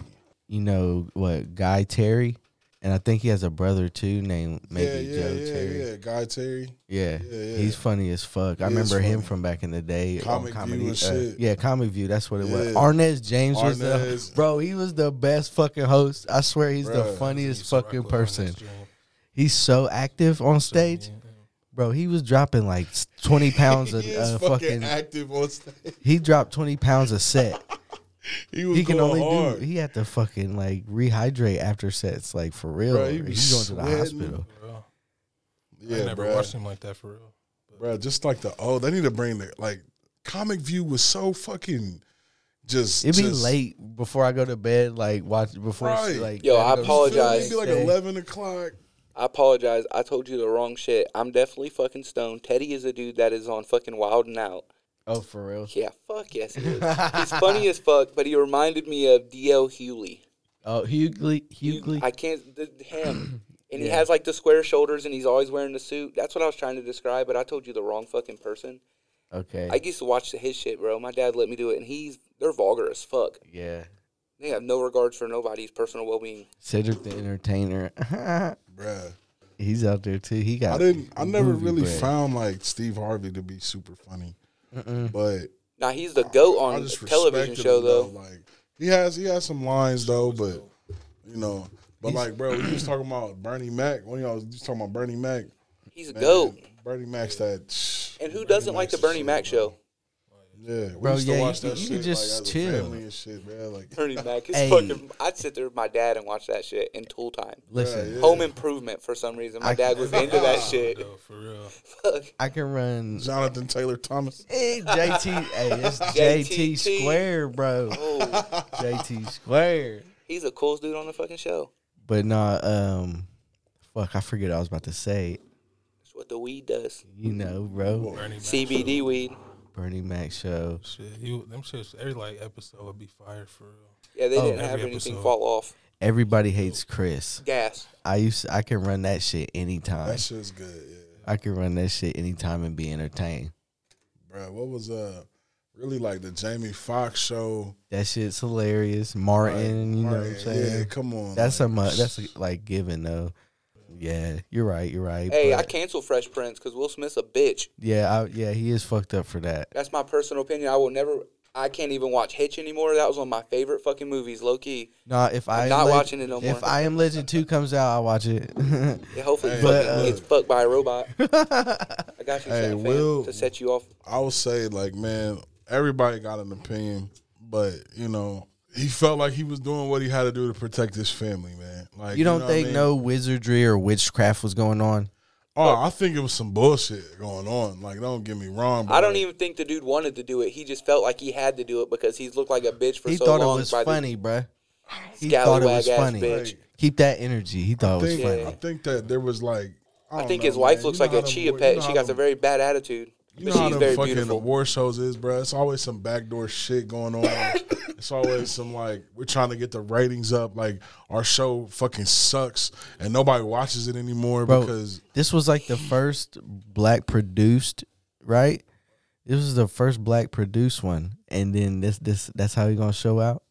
C: You know what, Guy Terry, and I think he has a brother too named maybe
E: yeah, yeah,
C: Joe
E: yeah,
C: Terry. Yeah.
E: yeah. Guy Terry. yeah.
C: he's funny as fuck. I
E: He is
C: remember him
E: funny.
C: from back in the day. on uh,
E: Comic View and shit.
C: Yeah, Comic View. That's what it was.
E: Yeah.
C: Arnez James was the
E: Arnez.
C: bro. He was the best fucking host. I swear, he's the
E: Bruh.
C: funniest fucking person. He's so active on stage, bro. He was dropping like twenty pounds of
E: He
C: uh,
E: is fucking
C: fucking.
E: active on stage.
C: He dropped twenty pounds a set.
E: He was
C: he can only
E: going hard.
C: do. He had to fucking like rehydrate after sets, like for real.
E: Bro,
C: or
E: he
C: he
E: be
C: going to the
E: sweating.
C: hospital.
F: Bro, I
E: yeah,
F: never
E: bro.
F: watched him like that for real.
E: Bro, just like the oh, they need to bring the like comic view was so fucking just.
C: It'd be
E: just-
C: late before I go to bed. Like watch before
E: Right.
C: like.
B: Yo, I
C: gotta go to
E: You feel me?
B: apologize.
E: It'd be like
C: Stay.
E: eleven o'clock.
B: I apologize. I told you the wrong shit. I'm definitely fucking stoned. Teddy is a dude that is on fucking Wild and Out.
C: Oh, for real.
B: Yeah, fuck yes, he is. He's funny as fuck, but he reminded me of D.L. Hewley.
C: Oh, Hughley,
B: You-
C: Hughley.
B: I can't the, him. And he has like the square shoulders, and he's always wearing the suit. That's what I was trying to describe, but I told you the wrong fucking person.
C: Okay.
B: I used to watch his shit, bro. My dad let me do it, and he's they're vulgar as fuck.
C: yeah.
B: They have no regards for nobody's personal well being.
C: Cedric the Entertainer.
E: Bruh.
C: He's out there too. He got.
E: I didn't I never
C: movie
E: really
C: bread.
E: found like Steve Harvey to be super funny. But
B: Now he's the goat
E: I
B: on a
E: just
B: television
E: respected
B: show,
E: him,
B: though.
E: Like he has he has some lines though, but you know, but like bro, we was talking about Bernie Mac. When y'all was just talking about Bernie Mac,
B: He's a
E: man,
B: goat.
E: Bernie Mac's that.
B: And who doesn't like the
E: Mac's
B: Bernie
E: shit,
B: Mac
E: bro.
B: show?
E: Yeah, we
C: Bro,
E: used to
C: yeah, you
E: watch
C: can-
E: that
C: you
E: shit
C: can just
E: like, as a
C: chill.
E: family and shit, man. Like
B: Bernie Mac is
C: Hey.
B: fucking. I'd sit there with my dad and watch that shit in tool time.
C: Listen,
E: Yeah.
B: Home Improvement for some reason. My
C: I-
B: dad was into that shit.
F: Yo, for real.
B: Fuck.
C: I can run.
E: Jonathan Taylor Thomas.
C: Hey, JT, hey, it's JT
B: JTT.
C: square, bro.
B: Oh,
C: JT square.
B: he's the coolest dude on the fucking show.
C: But nah, um, fuck, I forget what I was about to say.
B: That's what the weed does.
C: You know, bro,
F: Bernie Mac.
B: CBD weed.
C: Bernie Mac show.
F: Shit, he, them shits, every like episode would be fired for real.
B: Yeah, they
C: Oh,
B: didn't have
F: every
B: anything
F: episode.
B: fall off.
C: Everybody hates Chris.
B: Gas.
C: I used, I can run that shit anytime.
E: That shit's good, yeah.
C: I can run that shit anytime and be entertained.
E: Bro, what was uh really like the Jamie Foxx show?
C: That shit's hilarious. Martin, you know what I'm
E: Right,
C: saying?
E: Yeah, come on.
C: That's a
E: like,
C: mu- that's a, like given though. Yeah, you're right. You're right.
B: Hey, I
C: but-
B: cancel Fresh Prince because Will Smith's a bitch.
C: yeah, I, yeah, he is fucked up for that.
B: That's my personal opinion. I will never. I can't even watch Hitch anymore. That was one of my favorite fucking movies, low key.
C: No, if I Am
B: not
C: Leg-
B: watching it no
C: If
B: more.
C: I am Legend two comes out, I will watch it.
B: Yeah, hopefully,
E: Hey,
B: fucking
E: but, uh,
B: gets fucked by a robot. I got you,
E: Hey,
B: Sam, fam,
E: Will-
B: to set you off.
E: I would say like, man, everybody got an opinion, but you know, he felt like he was doing what he had to do to protect his family, man. Like
C: you don't
E: know what I
C: think
E: mean?
C: no wizardry or witchcraft was going on?
E: Oh, I think it was some bullshit going on. Like, don't get me wrong. But
B: I don't
E: like,
B: even think the dude wanted to do it. He just felt like he had to do it because he's looked like a bitch for
C: he
B: so
C: thought it
B: long.
C: was
B: by the-
C: funny, bruh. He thought
B: Scallywag
C: it was
B: ass
C: funny.
B: bitch.
C: Keep that energy. He thought it was
E: think,
C: funny.
E: I think that there was like. I,
B: I
E: don't
B: think
E: know,
B: his wife
E: man.
B: looks
E: You
B: like
E: know
B: a
E: how them
B: chia
E: boy-
B: pet.
E: you know
B: She
E: how
B: got a
E: them-
B: very bad attitude, but
E: You know how
B: she's
E: them
B: very
E: fucking
B: beautiful.
E: award shows is, bro. It's always some backdoor shit going on. it's always some like we're trying to get the ratings up. Like our show fucking sucks and nobody watches it anymore
C: Bro,
E: because
C: this was like the first black produced, right? This was the first black produced one, and then this this that's how he gonna show out.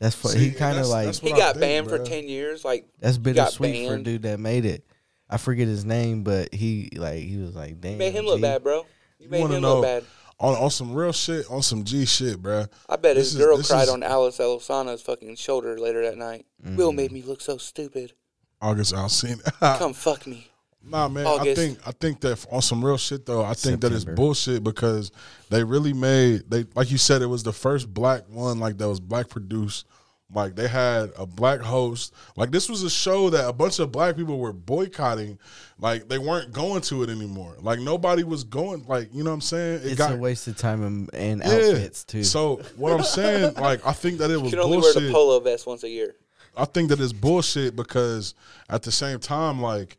C: That's for
E: See,
C: he kind of
E: that's-
C: like
E: that's
B: He
E: what I
B: got
E: think,
B: banned for
E: bruh.
B: ten years. Like
C: that's
B: got
C: bittersweet for a
B: banned.
C: dude that made it. I forget his name, but he like he was like damn.
B: you made him look
C: G."
B: bad, bro. You made
E: wanna
B: him
E: know-
B: look bad.
E: on on some real shit, on some G shit, bro.
B: I bet
E: This
B: his
E: is-
B: girl
E: this
B: cried
E: is-
B: on Alice Elisana's fucking shoulder later that night. Will made
E: Mm.
B: me look so stupid.
E: August Alcina.
B: Come fuck me.
E: Nah, man. I
B: August.
E: think I think that on some real shit though. I think that it's
C: September.
E: bullshit because they really made they like you said it was the first black one like that was black produced. Like they had a black host. Like this was a show that a bunch of black people were boycotting. Like they weren't going to it anymore. Like nobody was going. Like you know what I'm saying? It
C: It's a waste of time and, and
E: yeah.
C: outfits too.
E: So what I'm saying, like I think that it
B: You
E: was
B: can only
E: bullshit.
B: wear the polo vest once a year.
E: I think that it's bullshit because at the same time, like,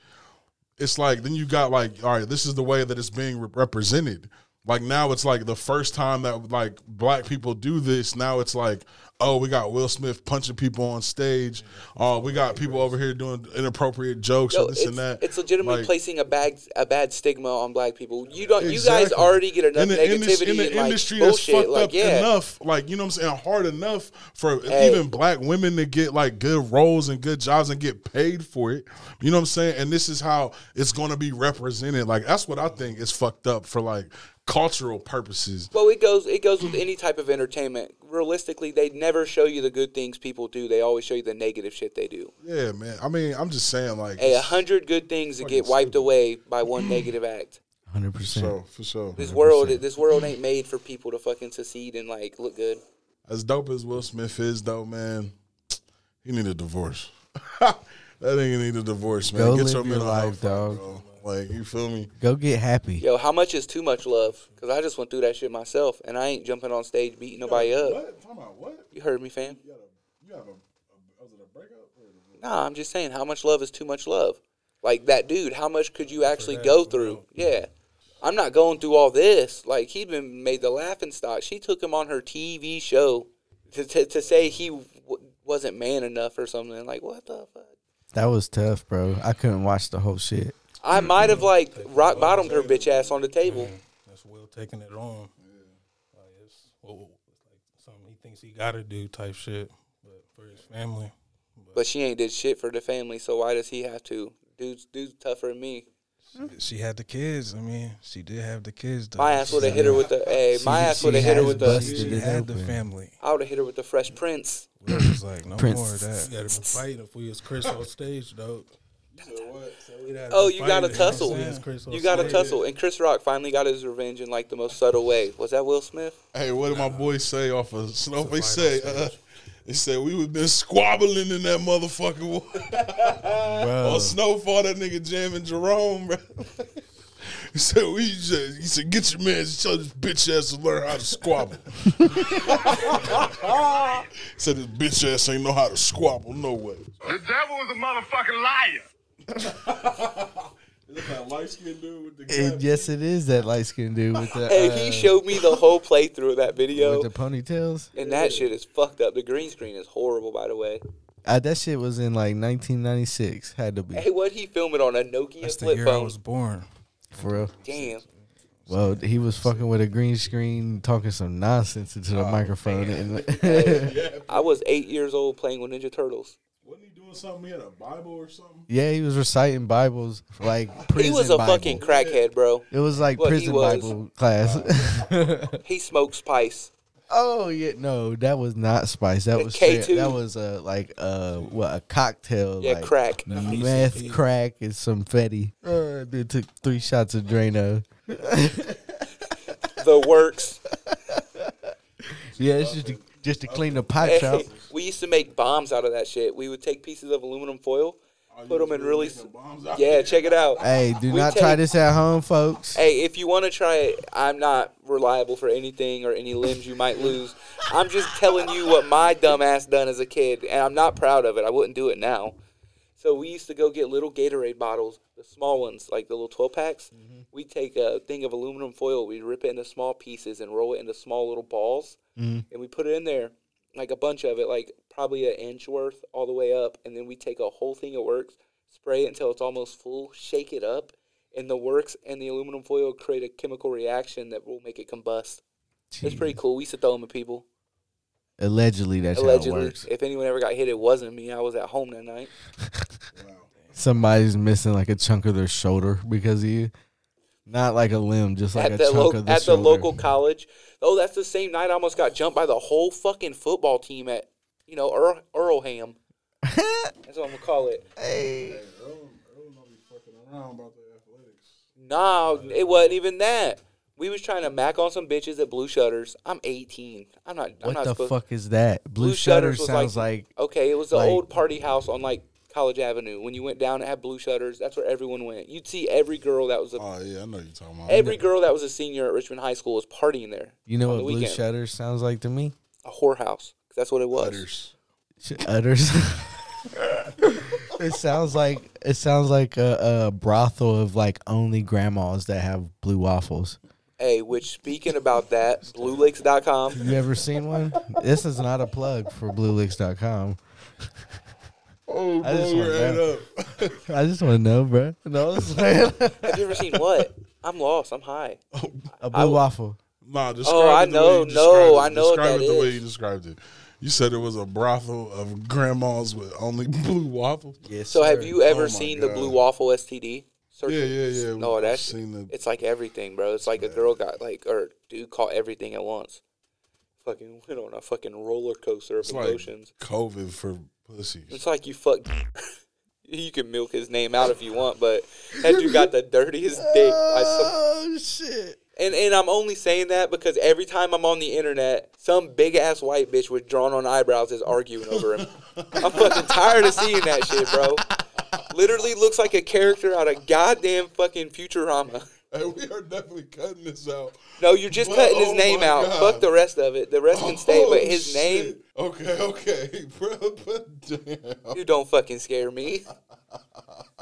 E: it's like then you got like, all right, this is the way that it's being re- represented. Like now, it's like the first time that like black people do this. Now it's like, oh, we got Will Smith punching people on stage. Oh, we got people over here doing inappropriate jokes
B: Yo,
E: and this
B: it's,
E: and that.
B: it's legitimately
E: Like,
B: placing a bad a bad stigma on black people. You don't. You guys
E: Exactly.
B: already get enough
E: in the, in this-
B: negativity
E: in the
B: and
E: industry
B: like
E: that's
B: bullshit.
E: fucked
B: like
E: up
B: yeah,
E: enough, like you know what I'm saying, hard enough for
B: Hey.
E: even black women to get like good roles and good jobs and get paid for it. You know what I'm saying? And this is how it's going to be represented. Like that's what I think is fucked up for like cultural purposes.
B: Well, it goes it goes
E: Mm.
B: with any type of entertainment. Realistically, they never show you the good things people do. They always show you the negative shit they do.
E: Yeah, man. I mean, I'm just saying like
B: Hey, a hundred good things that get wiped away by one negative act.
C: hundred
E: for
C: percent.
E: sure, for sure.
B: This world, this world ain't made for people to fucking succeed and like look good.
E: as dope as Will Smith is, though, man, he need a divorce. that nigga need a divorce, man.
C: Go
E: Get
C: live
E: your
C: your
E: mental
C: life,
E: health,
C: dog.
E: dog. Like you feel me?
C: Go get happy.
B: Yo, how much is too much love? Because I just went through that shit myself, and I ain't jumping on stage beating nobody up.
E: What? Talking about what?
B: You heard me, fam.
E: You have a, a was it a breakup? Or
B: Nah, I'm just saying, how much love is too much love? Like that dude, how much could you actually go through? Yeah. I'm not going through all this. Like he'd been made the laughing stock. She took him on her TV show to to, to say he w- wasn't man enough or something. Like what the fuck?
C: That was tough, bro. I couldn't watch the whole shit.
B: I might have like rock bottomed her bitch ass on the table.
F: That's Will taking it on. Like it's, oh, it's like something he thinks he got to do type shit, but for his family.
B: But she ain't did shit for the family, so why does he have to? Dude's dude's tougher than me.
F: She had the kids. I mean, she did have the kids. Though.
B: My ass would have hit her with the hey, my ass
C: she
B: would have hit her
C: has
B: with
C: busted
B: the
F: She
C: Did it
F: had the
C: open.
F: family.
B: I would have hit her with the fresh prince.
F: Will was like, no
C: Prince.
F: more of that. You gotta be fighting if we was Chris on stage, though.
B: Oh, you gotta tussle.
F: You
B: You got to tussle. And Chris Rock finally got his revenge in like the most subtle way. Was that Will Smith?
E: hey, what did my boy say off of Snowface? Say uh, he said we was been squabbling in that motherfucking water.
F: Uh.
E: on Snowfall. That nigga jamming Jerome, bro. He said, we just, he said, get your man's tell this bitch ass to learn how to squabble. he said, this bitch ass ain't know how to squabble, no way.
I: The devil is a motherfucking liar.
E: light skinned dude with the
C: And yes, it is that light skinned dude with the,
B: Hey,
C: uh,
B: he showed me the whole playthrough of that video.
C: with the ponytails.
B: and that shit is fucked up. The green screen is horrible, by the way.
C: Uh, that shit was in like 1996. Had to be
B: Hey, what he filming on a Nokia
F: That's the
B: flip
F: year I
B: phone?
F: was born.
C: for real.
B: Damn.
C: Well, he was fucking with a green screen, talking some nonsense into
F: Oh,
C: the microphone. And,
B: I was eight years old playing with Ninja Turtles.
E: Wasn't he doing something? He had a Bible or something?
C: yeah, he was reciting Bibles like prison.
B: He was a
C: Bible.
B: fucking crackhead, bro.
C: It was like
B: Well, he
C: prison
B: was. Uh,
C: Bible class.
B: He smoked spice.
C: oh yeah, no, that was not spice. That was
B: K2.
C: straight- that was a like uh what a cocktail.
B: Yeah,
C: like,
B: crack.
C: Meth, crack, and some fetty. Uh, dude took three shots of Drano.
B: The works.
C: Yeah, it's just to, just to clean the pipes out.
B: Hey, we used to make bombs out of that shit. We would take pieces of aluminum foil, put them in Oh, really. s- Yeah, check it out.
C: Hey, do
B: We
C: not
B: take-
C: try this at home, folks.
B: Hey, if you want to try it, I'm not reliable for anything or any limbs you might lose. I'm just telling you what my dumbass done as a kid, and I'm not proud of it. I wouldn't do it now. So we used to go get little Gatorade bottles, the small ones, like the little 12 packs.
C: Mm-hmm.
B: We'd take a thing of aluminum foil, we'd rip it into small pieces and roll it into small little balls,
C: Mm-hmm.
B: and we put it in there, like a bunch of it, like probably an inch worth all the way up, and then we take a whole thing of works, spray it until it's almost full, shake it up, and the works and the aluminum foil create a chemical reaction that will make it combust. It's pretty cool. We used to throw them at people.
C: Allegedly, that's how it
B: Allegedly,
C: works.
B: if anyone ever got hit, it wasn't me. I was at home that night.
C: Somebody's missing like a chunk of their shoulder because of you. Not like a limb, just like
B: at
C: a
B: the
C: chunk
B: lo-
C: of the
B: at
C: shoulder.
B: the local college. Oh, that's the same night I almost got jumped by the whole fucking football team at you know Earl Earlham. that's what I'm gonna call it. Nah, it wasn't even that. We was trying to mac on some bitches at Blue Shutters. I'm 18. I'm not. I'm
C: what
B: not
C: the
B: supposed-
C: fuck is that? Blue,
B: Blue
C: Shutter
B: Shutters was
C: sounds like,
B: okay. It was the
C: like-
B: old party house on like College Avenue. When you went down, it had blue shutters. That's where everyone went. You'd see every girl that was a
E: Oh, yeah, I know you're talking about.
B: every girl that was a senior at Richmond High School was partying there.
C: you know
B: on
C: what
B: the
C: Blue
B: weekend.
C: Shutter sounds like to me?
B: A whorehouse. 'Cause That's what it was.
E: Butters.
C: Sh- Utters. it sounds like it sounds like a, a brothel of like only grandmas that have blue waffles.
B: Hey, which speaking about that, BlueLakes.com.
C: You ever seen one? this is not a plug for BlueLicks.com.
E: Oh,
C: I just
E: bro,
C: wanna
E: we're ate
C: know.
E: up.
C: I just want to know, bro. No, I'm saying
B: Have you ever seen what? I'm lost. I'm high.
E: Oh,
C: a
B: I
C: blue
B: would-
C: waffle.
E: Nah, describe
B: Oh, I
E: it the
B: know,
E: way you described
B: no,
E: it.
B: I know what
E: Describe
B: that
E: it the way
B: is.
E: you described it. You said it was a brothel of grandmas with only blue waffles.
C: Yes.
B: So have you ever
E: Oh, my
B: seen the
E: God.
B: Blue Waffle STD? Search
E: Yeah,
B: it.
E: yeah, yeah.
B: No,
E: We've
B: that's
E: seen the-
B: it's like everything, bro. It's like a girl got like or dude caught everything at once. Fucking went on a fucking roller coaster of
E: It's like
B: emotions.
E: COVID for pussies.
B: It's like you fuck. you can milk his name out if you want, but that dude got the dirtiest dick. I saw.
C: Oh shit.
B: And and I'm only saying that because every time I'm on the internet, some big ass white bitch with drawn on eyebrows is arguing over him. I'm fucking tired of seeing that shit, bro. Literally looks like a character out of goddamn fucking Futurama.
E: Hey, we are definitely cutting this out.
B: No, you're just
E: But-
B: cutting his
E: oh
B: name
E: my
B: out.
E: God.
B: Fuck the rest of it. The rest can stay, but
E: Oh,
B: his name,
E: shit. Okay, okay, bro. But damn.
B: you don't fucking scare me.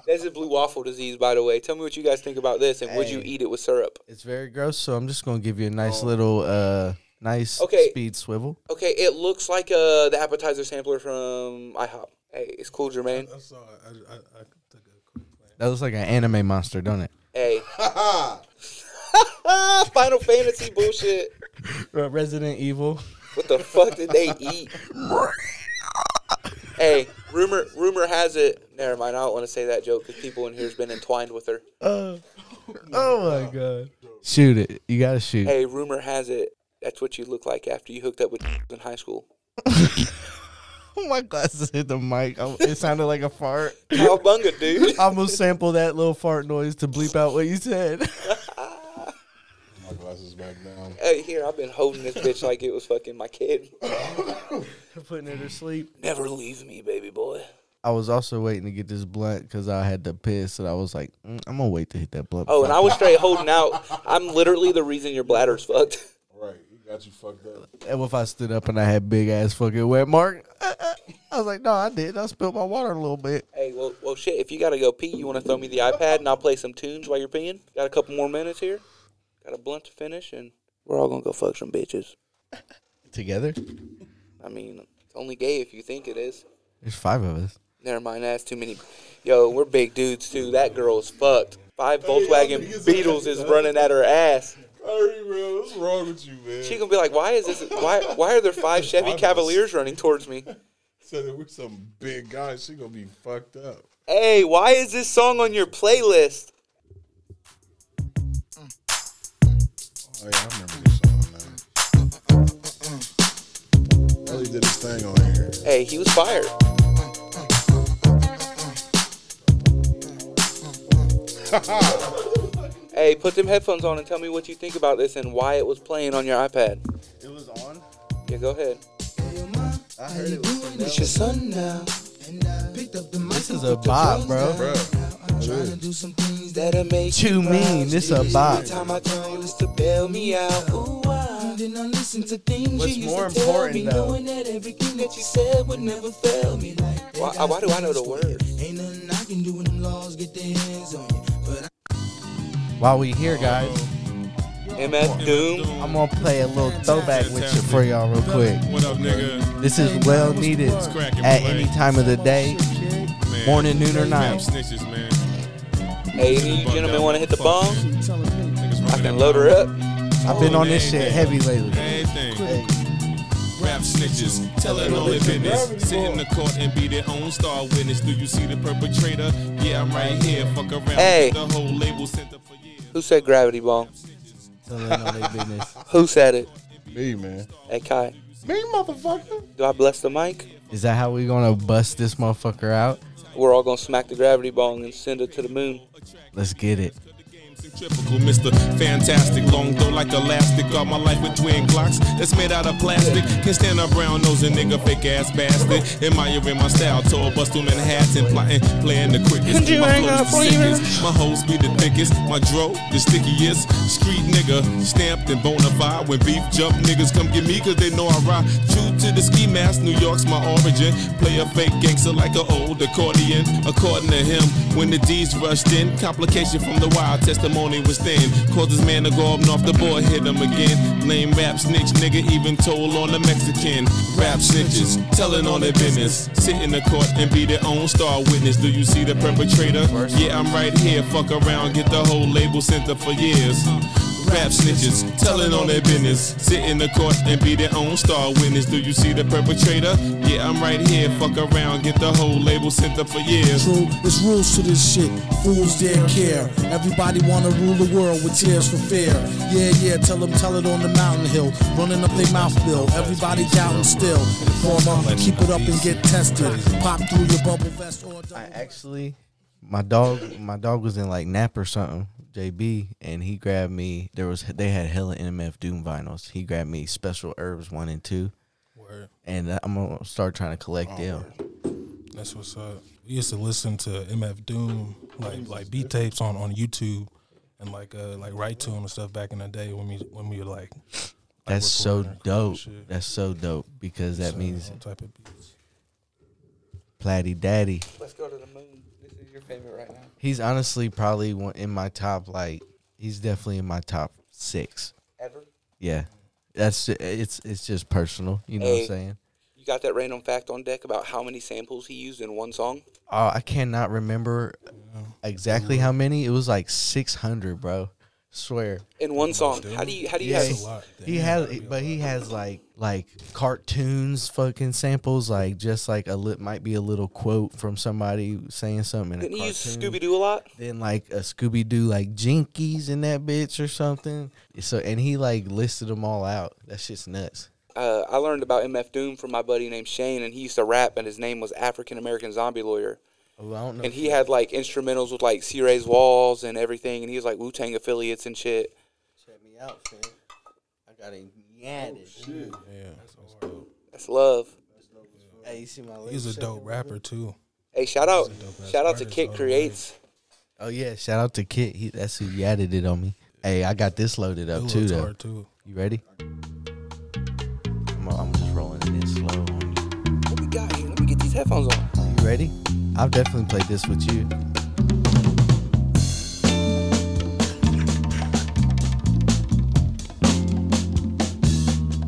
B: That's a blue waffle disease, by the way. Tell me what you guys think about this, and would you
C: Hey.
B: eat it with syrup?
C: It's very gross, so I'm just gonna give you a nice little uh nice
B: Okay.
C: speed swivel.
B: Okay, it looks like uh, the appetizer sampler from IHOP. Hey, it's cool, Jermaine.
J: I saw it. I, I, I took a quick glance.
C: That looks like an anime monster, don't it?
B: Hey. Final Fantasy bullshit.
C: Resident Evil.
B: What the fuck did they eat? hey, rumor rumor has it. Never mind. I don't want to say that joke because people in here's been entwined with her.
C: Oh my god. Shoot it. You gotta shoot.
B: Hey, rumor has it. That's what you look like after you hooked up with in high school.
C: Oh My glasses hit the mic. I- It sounded like a fart.
B: Cowbunga, dude.
C: I'm gonna sample that little fart noise to bleep out what you said.
E: My glasses back down.
B: Hey, here I've been holding this bitch like it was fucking my kid.
C: Putting her to sleep.
B: Never leave me, baby boy.
C: I was also waiting to get this blunt because I had to piss, and I was like, mm, I'm gonna wait to hit that blunt.
B: Oh, and I was straight holding out. I'm literally the reason your bladder's fucked.
E: Right, he got you fucked up.
C: And if I stood up and I had big ass fucking wet mark, I was like, no, I did. I spilled my water a little bit.
B: Hey, well, well, shit. If you gotta go pee, you wanna throw me the iPad and I'll play some tunes while you're peeing. Got a couple more minutes here. Got a blunt to finish, and we're all gonna go fuck some bitches.
C: Together,
B: I mean, it's only gay if you think it is.
C: there's five of us.
B: Never mind, that's too many. Yo, we're big dudes too. That girl is fucked. Five Volkswagen Beetles is running at her ass.
E: Hey, bro, what's wrong with you, man?
B: She gonna be like, "Why is this? Why? Why are there five Chevy
E: Five of us.
B: Cavaliers running towards me?
E: said that we're some big guys. She gonna be fucked up.
B: Hey, why is this song on your playlist?
E: Oh yeah, I remember this song now. Ellie did his thing on here.
B: Hey, he was fired. hey, put them headphones on and tell me what you think about this and why it was playing on your iPad.
K: It was on.
B: Yeah, go ahead.
K: I heard it was on.
L: It's your son now. And I picked up the mic. This
C: is a bop, bro.
L: I'm trying to do some things that'll make you
C: Too mean,
L: proud.
C: this a bop.
L: Every time I call you, it's to bail me out. Ooh, wow. Then I listen to things
C: What's
L: you used
C: more
L: to tell
C: important,
L: me,
C: though?
L: knowing that everything that you said would never fail me. Like, they
B: Why, uh,
L: got
B: why do I know the
L: plans for you.
B: words?
L: Ain't nothing I can do when them laws get their hands on you. But
C: While we here, guys,
B: MF Doom.
C: I'm gonna play a little throwback with you for y'all real quick.
F: What up, nigga?
C: This is well needed
F: cracking,
C: at
F: boy.
C: any time of the day,
F: Man.
C: morning, noon, or
F: Fam
C: night.
F: snitches, man.
B: Hey, any of you E gentlemen want to hit the bomb?
F: Niggas
B: I
F: running
B: can
F: that
B: load her
F: bomb.
B: up.
C: I've been on this shit heavy lately.
F: Everything. Rap snitches, tell it all their business. Sit in the court and be their own star witness. Do you see the perpetrator? Yeah, I'm right here. Fuck around.
B: Hey.
F: The whole label sent up for years.
B: Who said gravity bomb?
C: business.
B: Who said it?
E: Me, man.
B: Hey, Kai.
E: Me, motherfucker.
B: Do I bless the mic?
C: Is that how we gonna bust this motherfucker out?
B: We're all gonna smack the gravity bomb and send it to the moon.
C: Let's get it.
F: Centrifugal, Mr. Fantastic, long though like elastic. All my life with twin clocks that's made out of plastic. Can stand up brown nose and nigga fake ass bastard. Admiring my style, tall bust through Manhattan, plotting, playing the quickest. My flow's the sickest, my hoes be the thickest, my dro the stickiest. Street nigga, stamped and bona fide. When beef jump, niggas come get me cause they know I ride. True to the ski mask, New York's my origin. Play a fake gangster like an old accordion. According to him, when the D's rushed in, complication from the wild testimony was thin. Caused his man to go up off the board, hit him again. Lame rap snitch, nigga, even told on the Mexican. Rap snitches, telling on their business. Sit in the court and be their own star witness. Do you see the perpetrator? Yeah, I'm right here. Fuck around, get the whole label sent up for years.
M: Rap snitches, telling on their business. Sit in the court and be their own star witness. Do you see the perpetrator? Yeah, I'm right here. Fuck around, get the whole label sent up for years.
N: True, there's rules to this shit. Fools dare care. Everybody wanna rule the world with tears for fear. Yeah, yeah, tell them, tell it on the mountain hill. Running up their mouth bill. Everybody doubting still. Informer, keep it up and get tested. Pop through your bubble vest or
C: I actually, my dog, my dog was in like nap or something. JB and he grabbed me. There was they had hella NMF Doom vinyls. He grabbed me special herbs one and two,
F: Word.
C: and I'm gonna start trying to collect them.
F: That's what's up. We used to listen to MF Doom like like beat tapes on on YouTube and like uh like write to him and stuff back in the day when we when we were like
C: That's so
F: recording or
C: dope.
F: shit.
C: That's so dope because that means
F: all type of beats.
C: Platty Daddy.
B: Let's go to the moon. This is your favorite right now.
C: He's honestly probably one in my top. Like he's definitely in my top six.
B: Ever?
C: Yeah, that's it's it's just personal. You know what
B: Hey.
C: I'm saying?
B: You got that random fact on deck about how many samples he used in one song?
C: Oh, I cannot remember exactly how many. It was like six hundred, bro. Swear.
B: In one song. How do you how do you
C: Yeah,
B: have
C: he- he has, but he has like like cartoons, fucking samples, like just like a lit might be a little quote from somebody saying something. In a
B: didn't he use
C: cartoon.
B: Scooby Doo a lot?
C: Then like a Scooby Doo like Jinkies in that bitch or something. So and he like listed them all out. That shit's nuts.
B: uh, I learned about MF Doom from my buddy named Shane, and he used to rap, and his name was African American Zombie Lawyer.
C: Oh, I don't know.
B: And he had like instrumentals with like C Ray's Walls and everything, and he was like Wu Tang affiliates and shit.
C: Check me out, fam. I got a
F: Oh,
C: yaddish.
B: That's love.
C: Hey, you see my
F: He's a dope rapper too.
B: Hey, shout out,
F: dope-ass
B: shout out to
F: artist,
B: Kit
F: by the way.
B: Creates.
C: Oh yeah, shout out to Kit. He, that's who yadded it on me. Hey, I got this loaded up
F: Lil
C: too
F: Tard,
C: though.
F: too.
C: You ready? I'm, I'm just rolling it slow. on you.
B: What we got here? Let me get these headphones on.
C: You ready? I've definitely played this with you.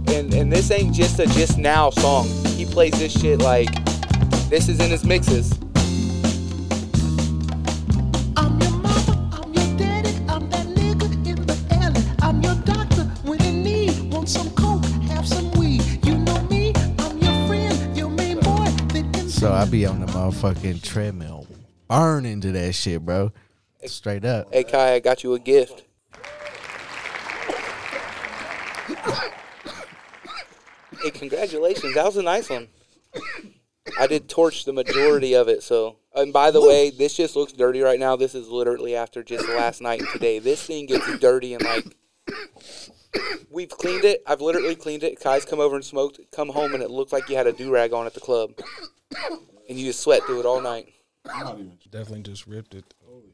B: And and this ain't just a just now song. He plays this shit like this is in his mixes.
N: I'm your mama, I'm your daddy, I'm that nigga in the alley. I'm your doctor when in need. Want some coke, have some weed. You know me, I'm your friend, your main boy.
C: So I be on the motherfucking treadmill, burning to that shit, bro. Straight up.
B: Hey Kai, I got you a gift. hey, congratulations. That was a nice one. I did torch the majority of it, so and by the way, this just looks dirty right now. This is literally after just last night and today. This thing gets dirty and like we've cleaned it. I've literally cleaned it. Kai's come over and smoked, come home and it looked like you had a do rag on at the club. And you just sweat through it all night.
F: Definitely just ripped it.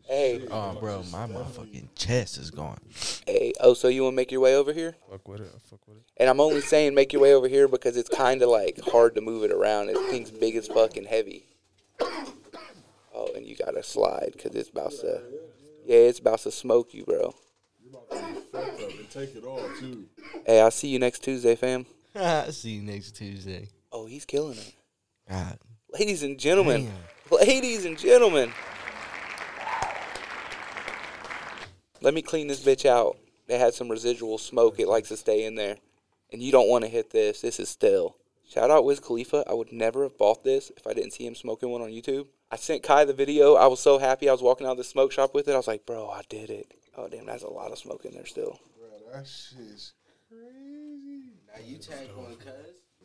B: Hey,
C: Oh, bro, my motherfucking chest is going.
B: hey, oh, so you wanna make your way over here?
F: Fuck with it. I fuck with it.
B: And I'm only saying make your way over here because it's kind of like hard to move it around. It's thing's big as fuck and heavy. Oh, and you gotta slide because it's about to, yeah, it's about to smoke you, bro.
E: Take it all too.
B: Hey, I'll see you next Tuesday, fam.
C: See you next Tuesday.
B: Oh, he's killing it,
C: God.
B: ladies and gentlemen, ladies and gentlemen. Let me clean this bitch out. They had some residual smoke. It likes to stay in there, and you don't want to hit this. This is still. Shout out Wiz Khalifa. I would never have bought this if I didn't see him smoking one on YouTube. I sent Kai the video. I was so happy. I was walking out of the smoke shop with it. I was like, bro, I did it. Oh damn, that's a lot of smoke in there still.
E: That shit's crazy.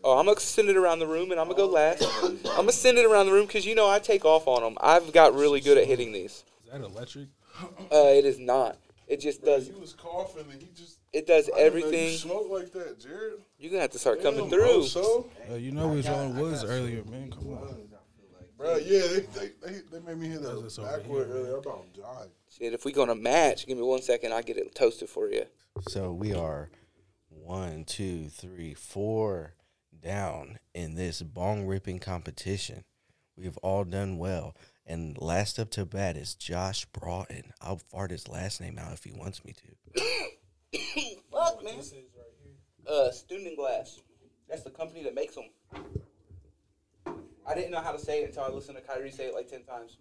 B: Oh, I'm gonna send it around the room, and I'm gonna go last. I'm gonna send it around the room because you know I take off on them. I've got really good at hitting these.
F: Is that electric?
B: Uh, it is not. It just does.
E: He was coughing and he just.
B: It does
E: I didn't know you
B: everything.
E: Smoke like that, Jared.
B: You're gonna have to start coming
E: Damn, bro,
B: through.
E: So,
F: Uh, you know we was on Woods earlier, man. Come on.
E: bro, yeah, they, they, they, they made me hit
F: it's
E: that
F: over
E: backward earlier. I about died.
B: Shit, if we gonna match, give me one second. I get it toasted for you.
C: So we are one, two, three, four down in this bong ripping competition. We've all done well. And last up to bat is Josh Broughton. I'll fart his last name out if he wants me to.
B: Fuck, man. Uh, Student Glass. That's the company that makes them. I didn't know how to say it until I listened to Kyrie say it like ten times.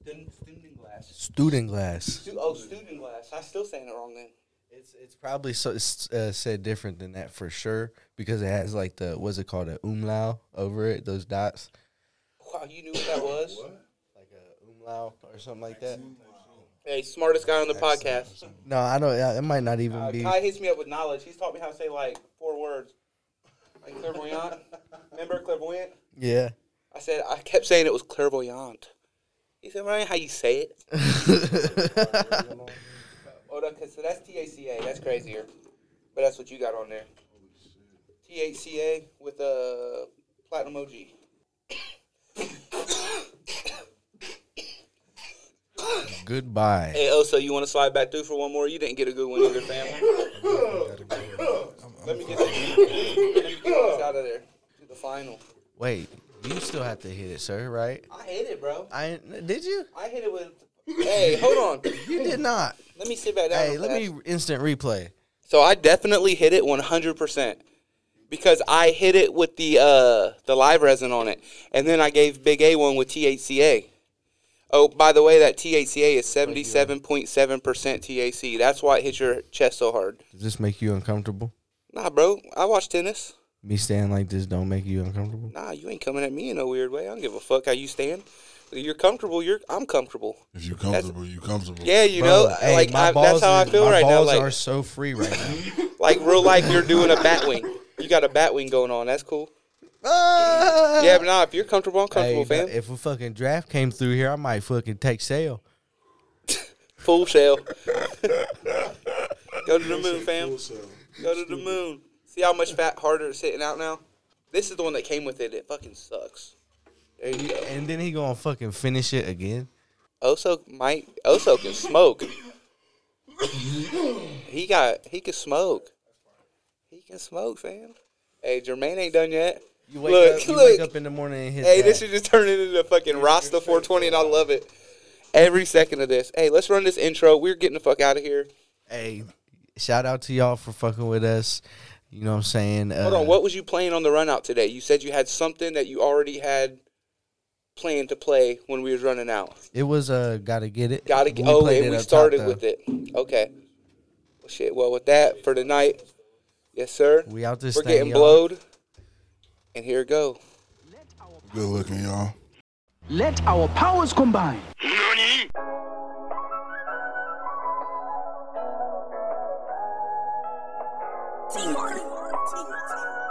B: Student, student glass.
C: Student glass.
B: Stu- oh, student glass. I still saying it wrong then.
C: It's it's Probably so it's, uh, said different than that for sure because it has like the what's it called a umlau over it those dots
B: Wow, you knew what that was.
C: Like a umlaut or something like that.
B: Hey, smartest guy on the podcast.
C: no I don't it might not even
B: Uh,
C: be
B: Kai hits me up with knowledge. He's taught me how to say like four words, like clairvoyant. Remember clairvoyant?
C: yeah
B: I said I kept saying it was clairvoyant. He said, "Ryan, how you say it?" oh, no, 'cause- so that's TACA. That's crazier, but that's what you got on there. THCA with a platinum OG.
C: goodbye
B: Hey, Oso, you want to slide back through for one more? You didn't get a good one either, fam. Let me get this, let me get this out of there to the final.
C: wait you still have to hit it sir right
B: I hit it, bro.
C: I did you
B: I hit it with. Hey, hold on.
C: you did not
B: Let me sit back down.
C: hey
B: real
C: let
B: fast.
C: me instant replay
B: So I definitely hit it 100% because I hit it with the uh, the live resin on it, and then I gave Big A one with THCA. Oh, by the way, that THCA is 77.7% THC. That's why it hit your chest so hard.
C: does this make you uncomfortable
B: Nah, bro, I watch tennis.
C: me standing like this don't make you uncomfortable
B: Nah, you ain't coming at me in no weird way. I don't give a fuck how you stand. You're comfortable. You're I'm comfortable.
E: If you're comfortable, you comfortable.
B: Yeah, you
C: Bro,
B: know,
C: hey,
B: like
C: my
B: I, that's
C: balls
B: how I
C: are-
B: feel
C: my
B: right now.
C: balls
B: Like
C: are so free right now
B: like real like you're doing a bat wing. You got a bat wing going on. That's cool. yeah, but nah, if you're comfortable, I'm comfortable,
C: Ah! Hey,
B: fam.
C: If a fucking draft came through here, I might fucking take sale.
B: Full shell. Go to the moon, fam. Go to the moon. See how much fat harder it's hitting out now? This is the one that came with it. It fucking sucks. There you go.
C: And then he gonna fucking finish it again.
B: Oso might Oso can smoke. he got he can smoke. He can smoke, fam. Hey, Jermaine ain't done yet.
C: You wake,
B: look,
C: up, you
B: look.
C: wake up in the morning and hit
B: Hey,
C: that.
B: this is just turning into fucking Rasta 420, and I love it. Every second of this. Hey, let's run this intro. We're getting the fuck out of here.
C: Hey, shout out to y'all for fucking with us. You know what I'm saying? Uh,
B: Hold on. What was you playing on the run out today? You said you had something that you already had planned to play when we was running out.
C: It was uh, gotta get it.
B: Gotta
C: We
B: get. Oh,
C: played
B: and we
C: up top,
B: started
C: though.
B: with it. Okay. Well, shit. Well, with that for tonight, yes, sir.
C: We out this
B: We're
C: thing,
B: getting
C: y'all.
B: blowed, and here it go.
E: Good looking, y'all.
O: Let our powers combine.
P: Teamwork. Teamwork.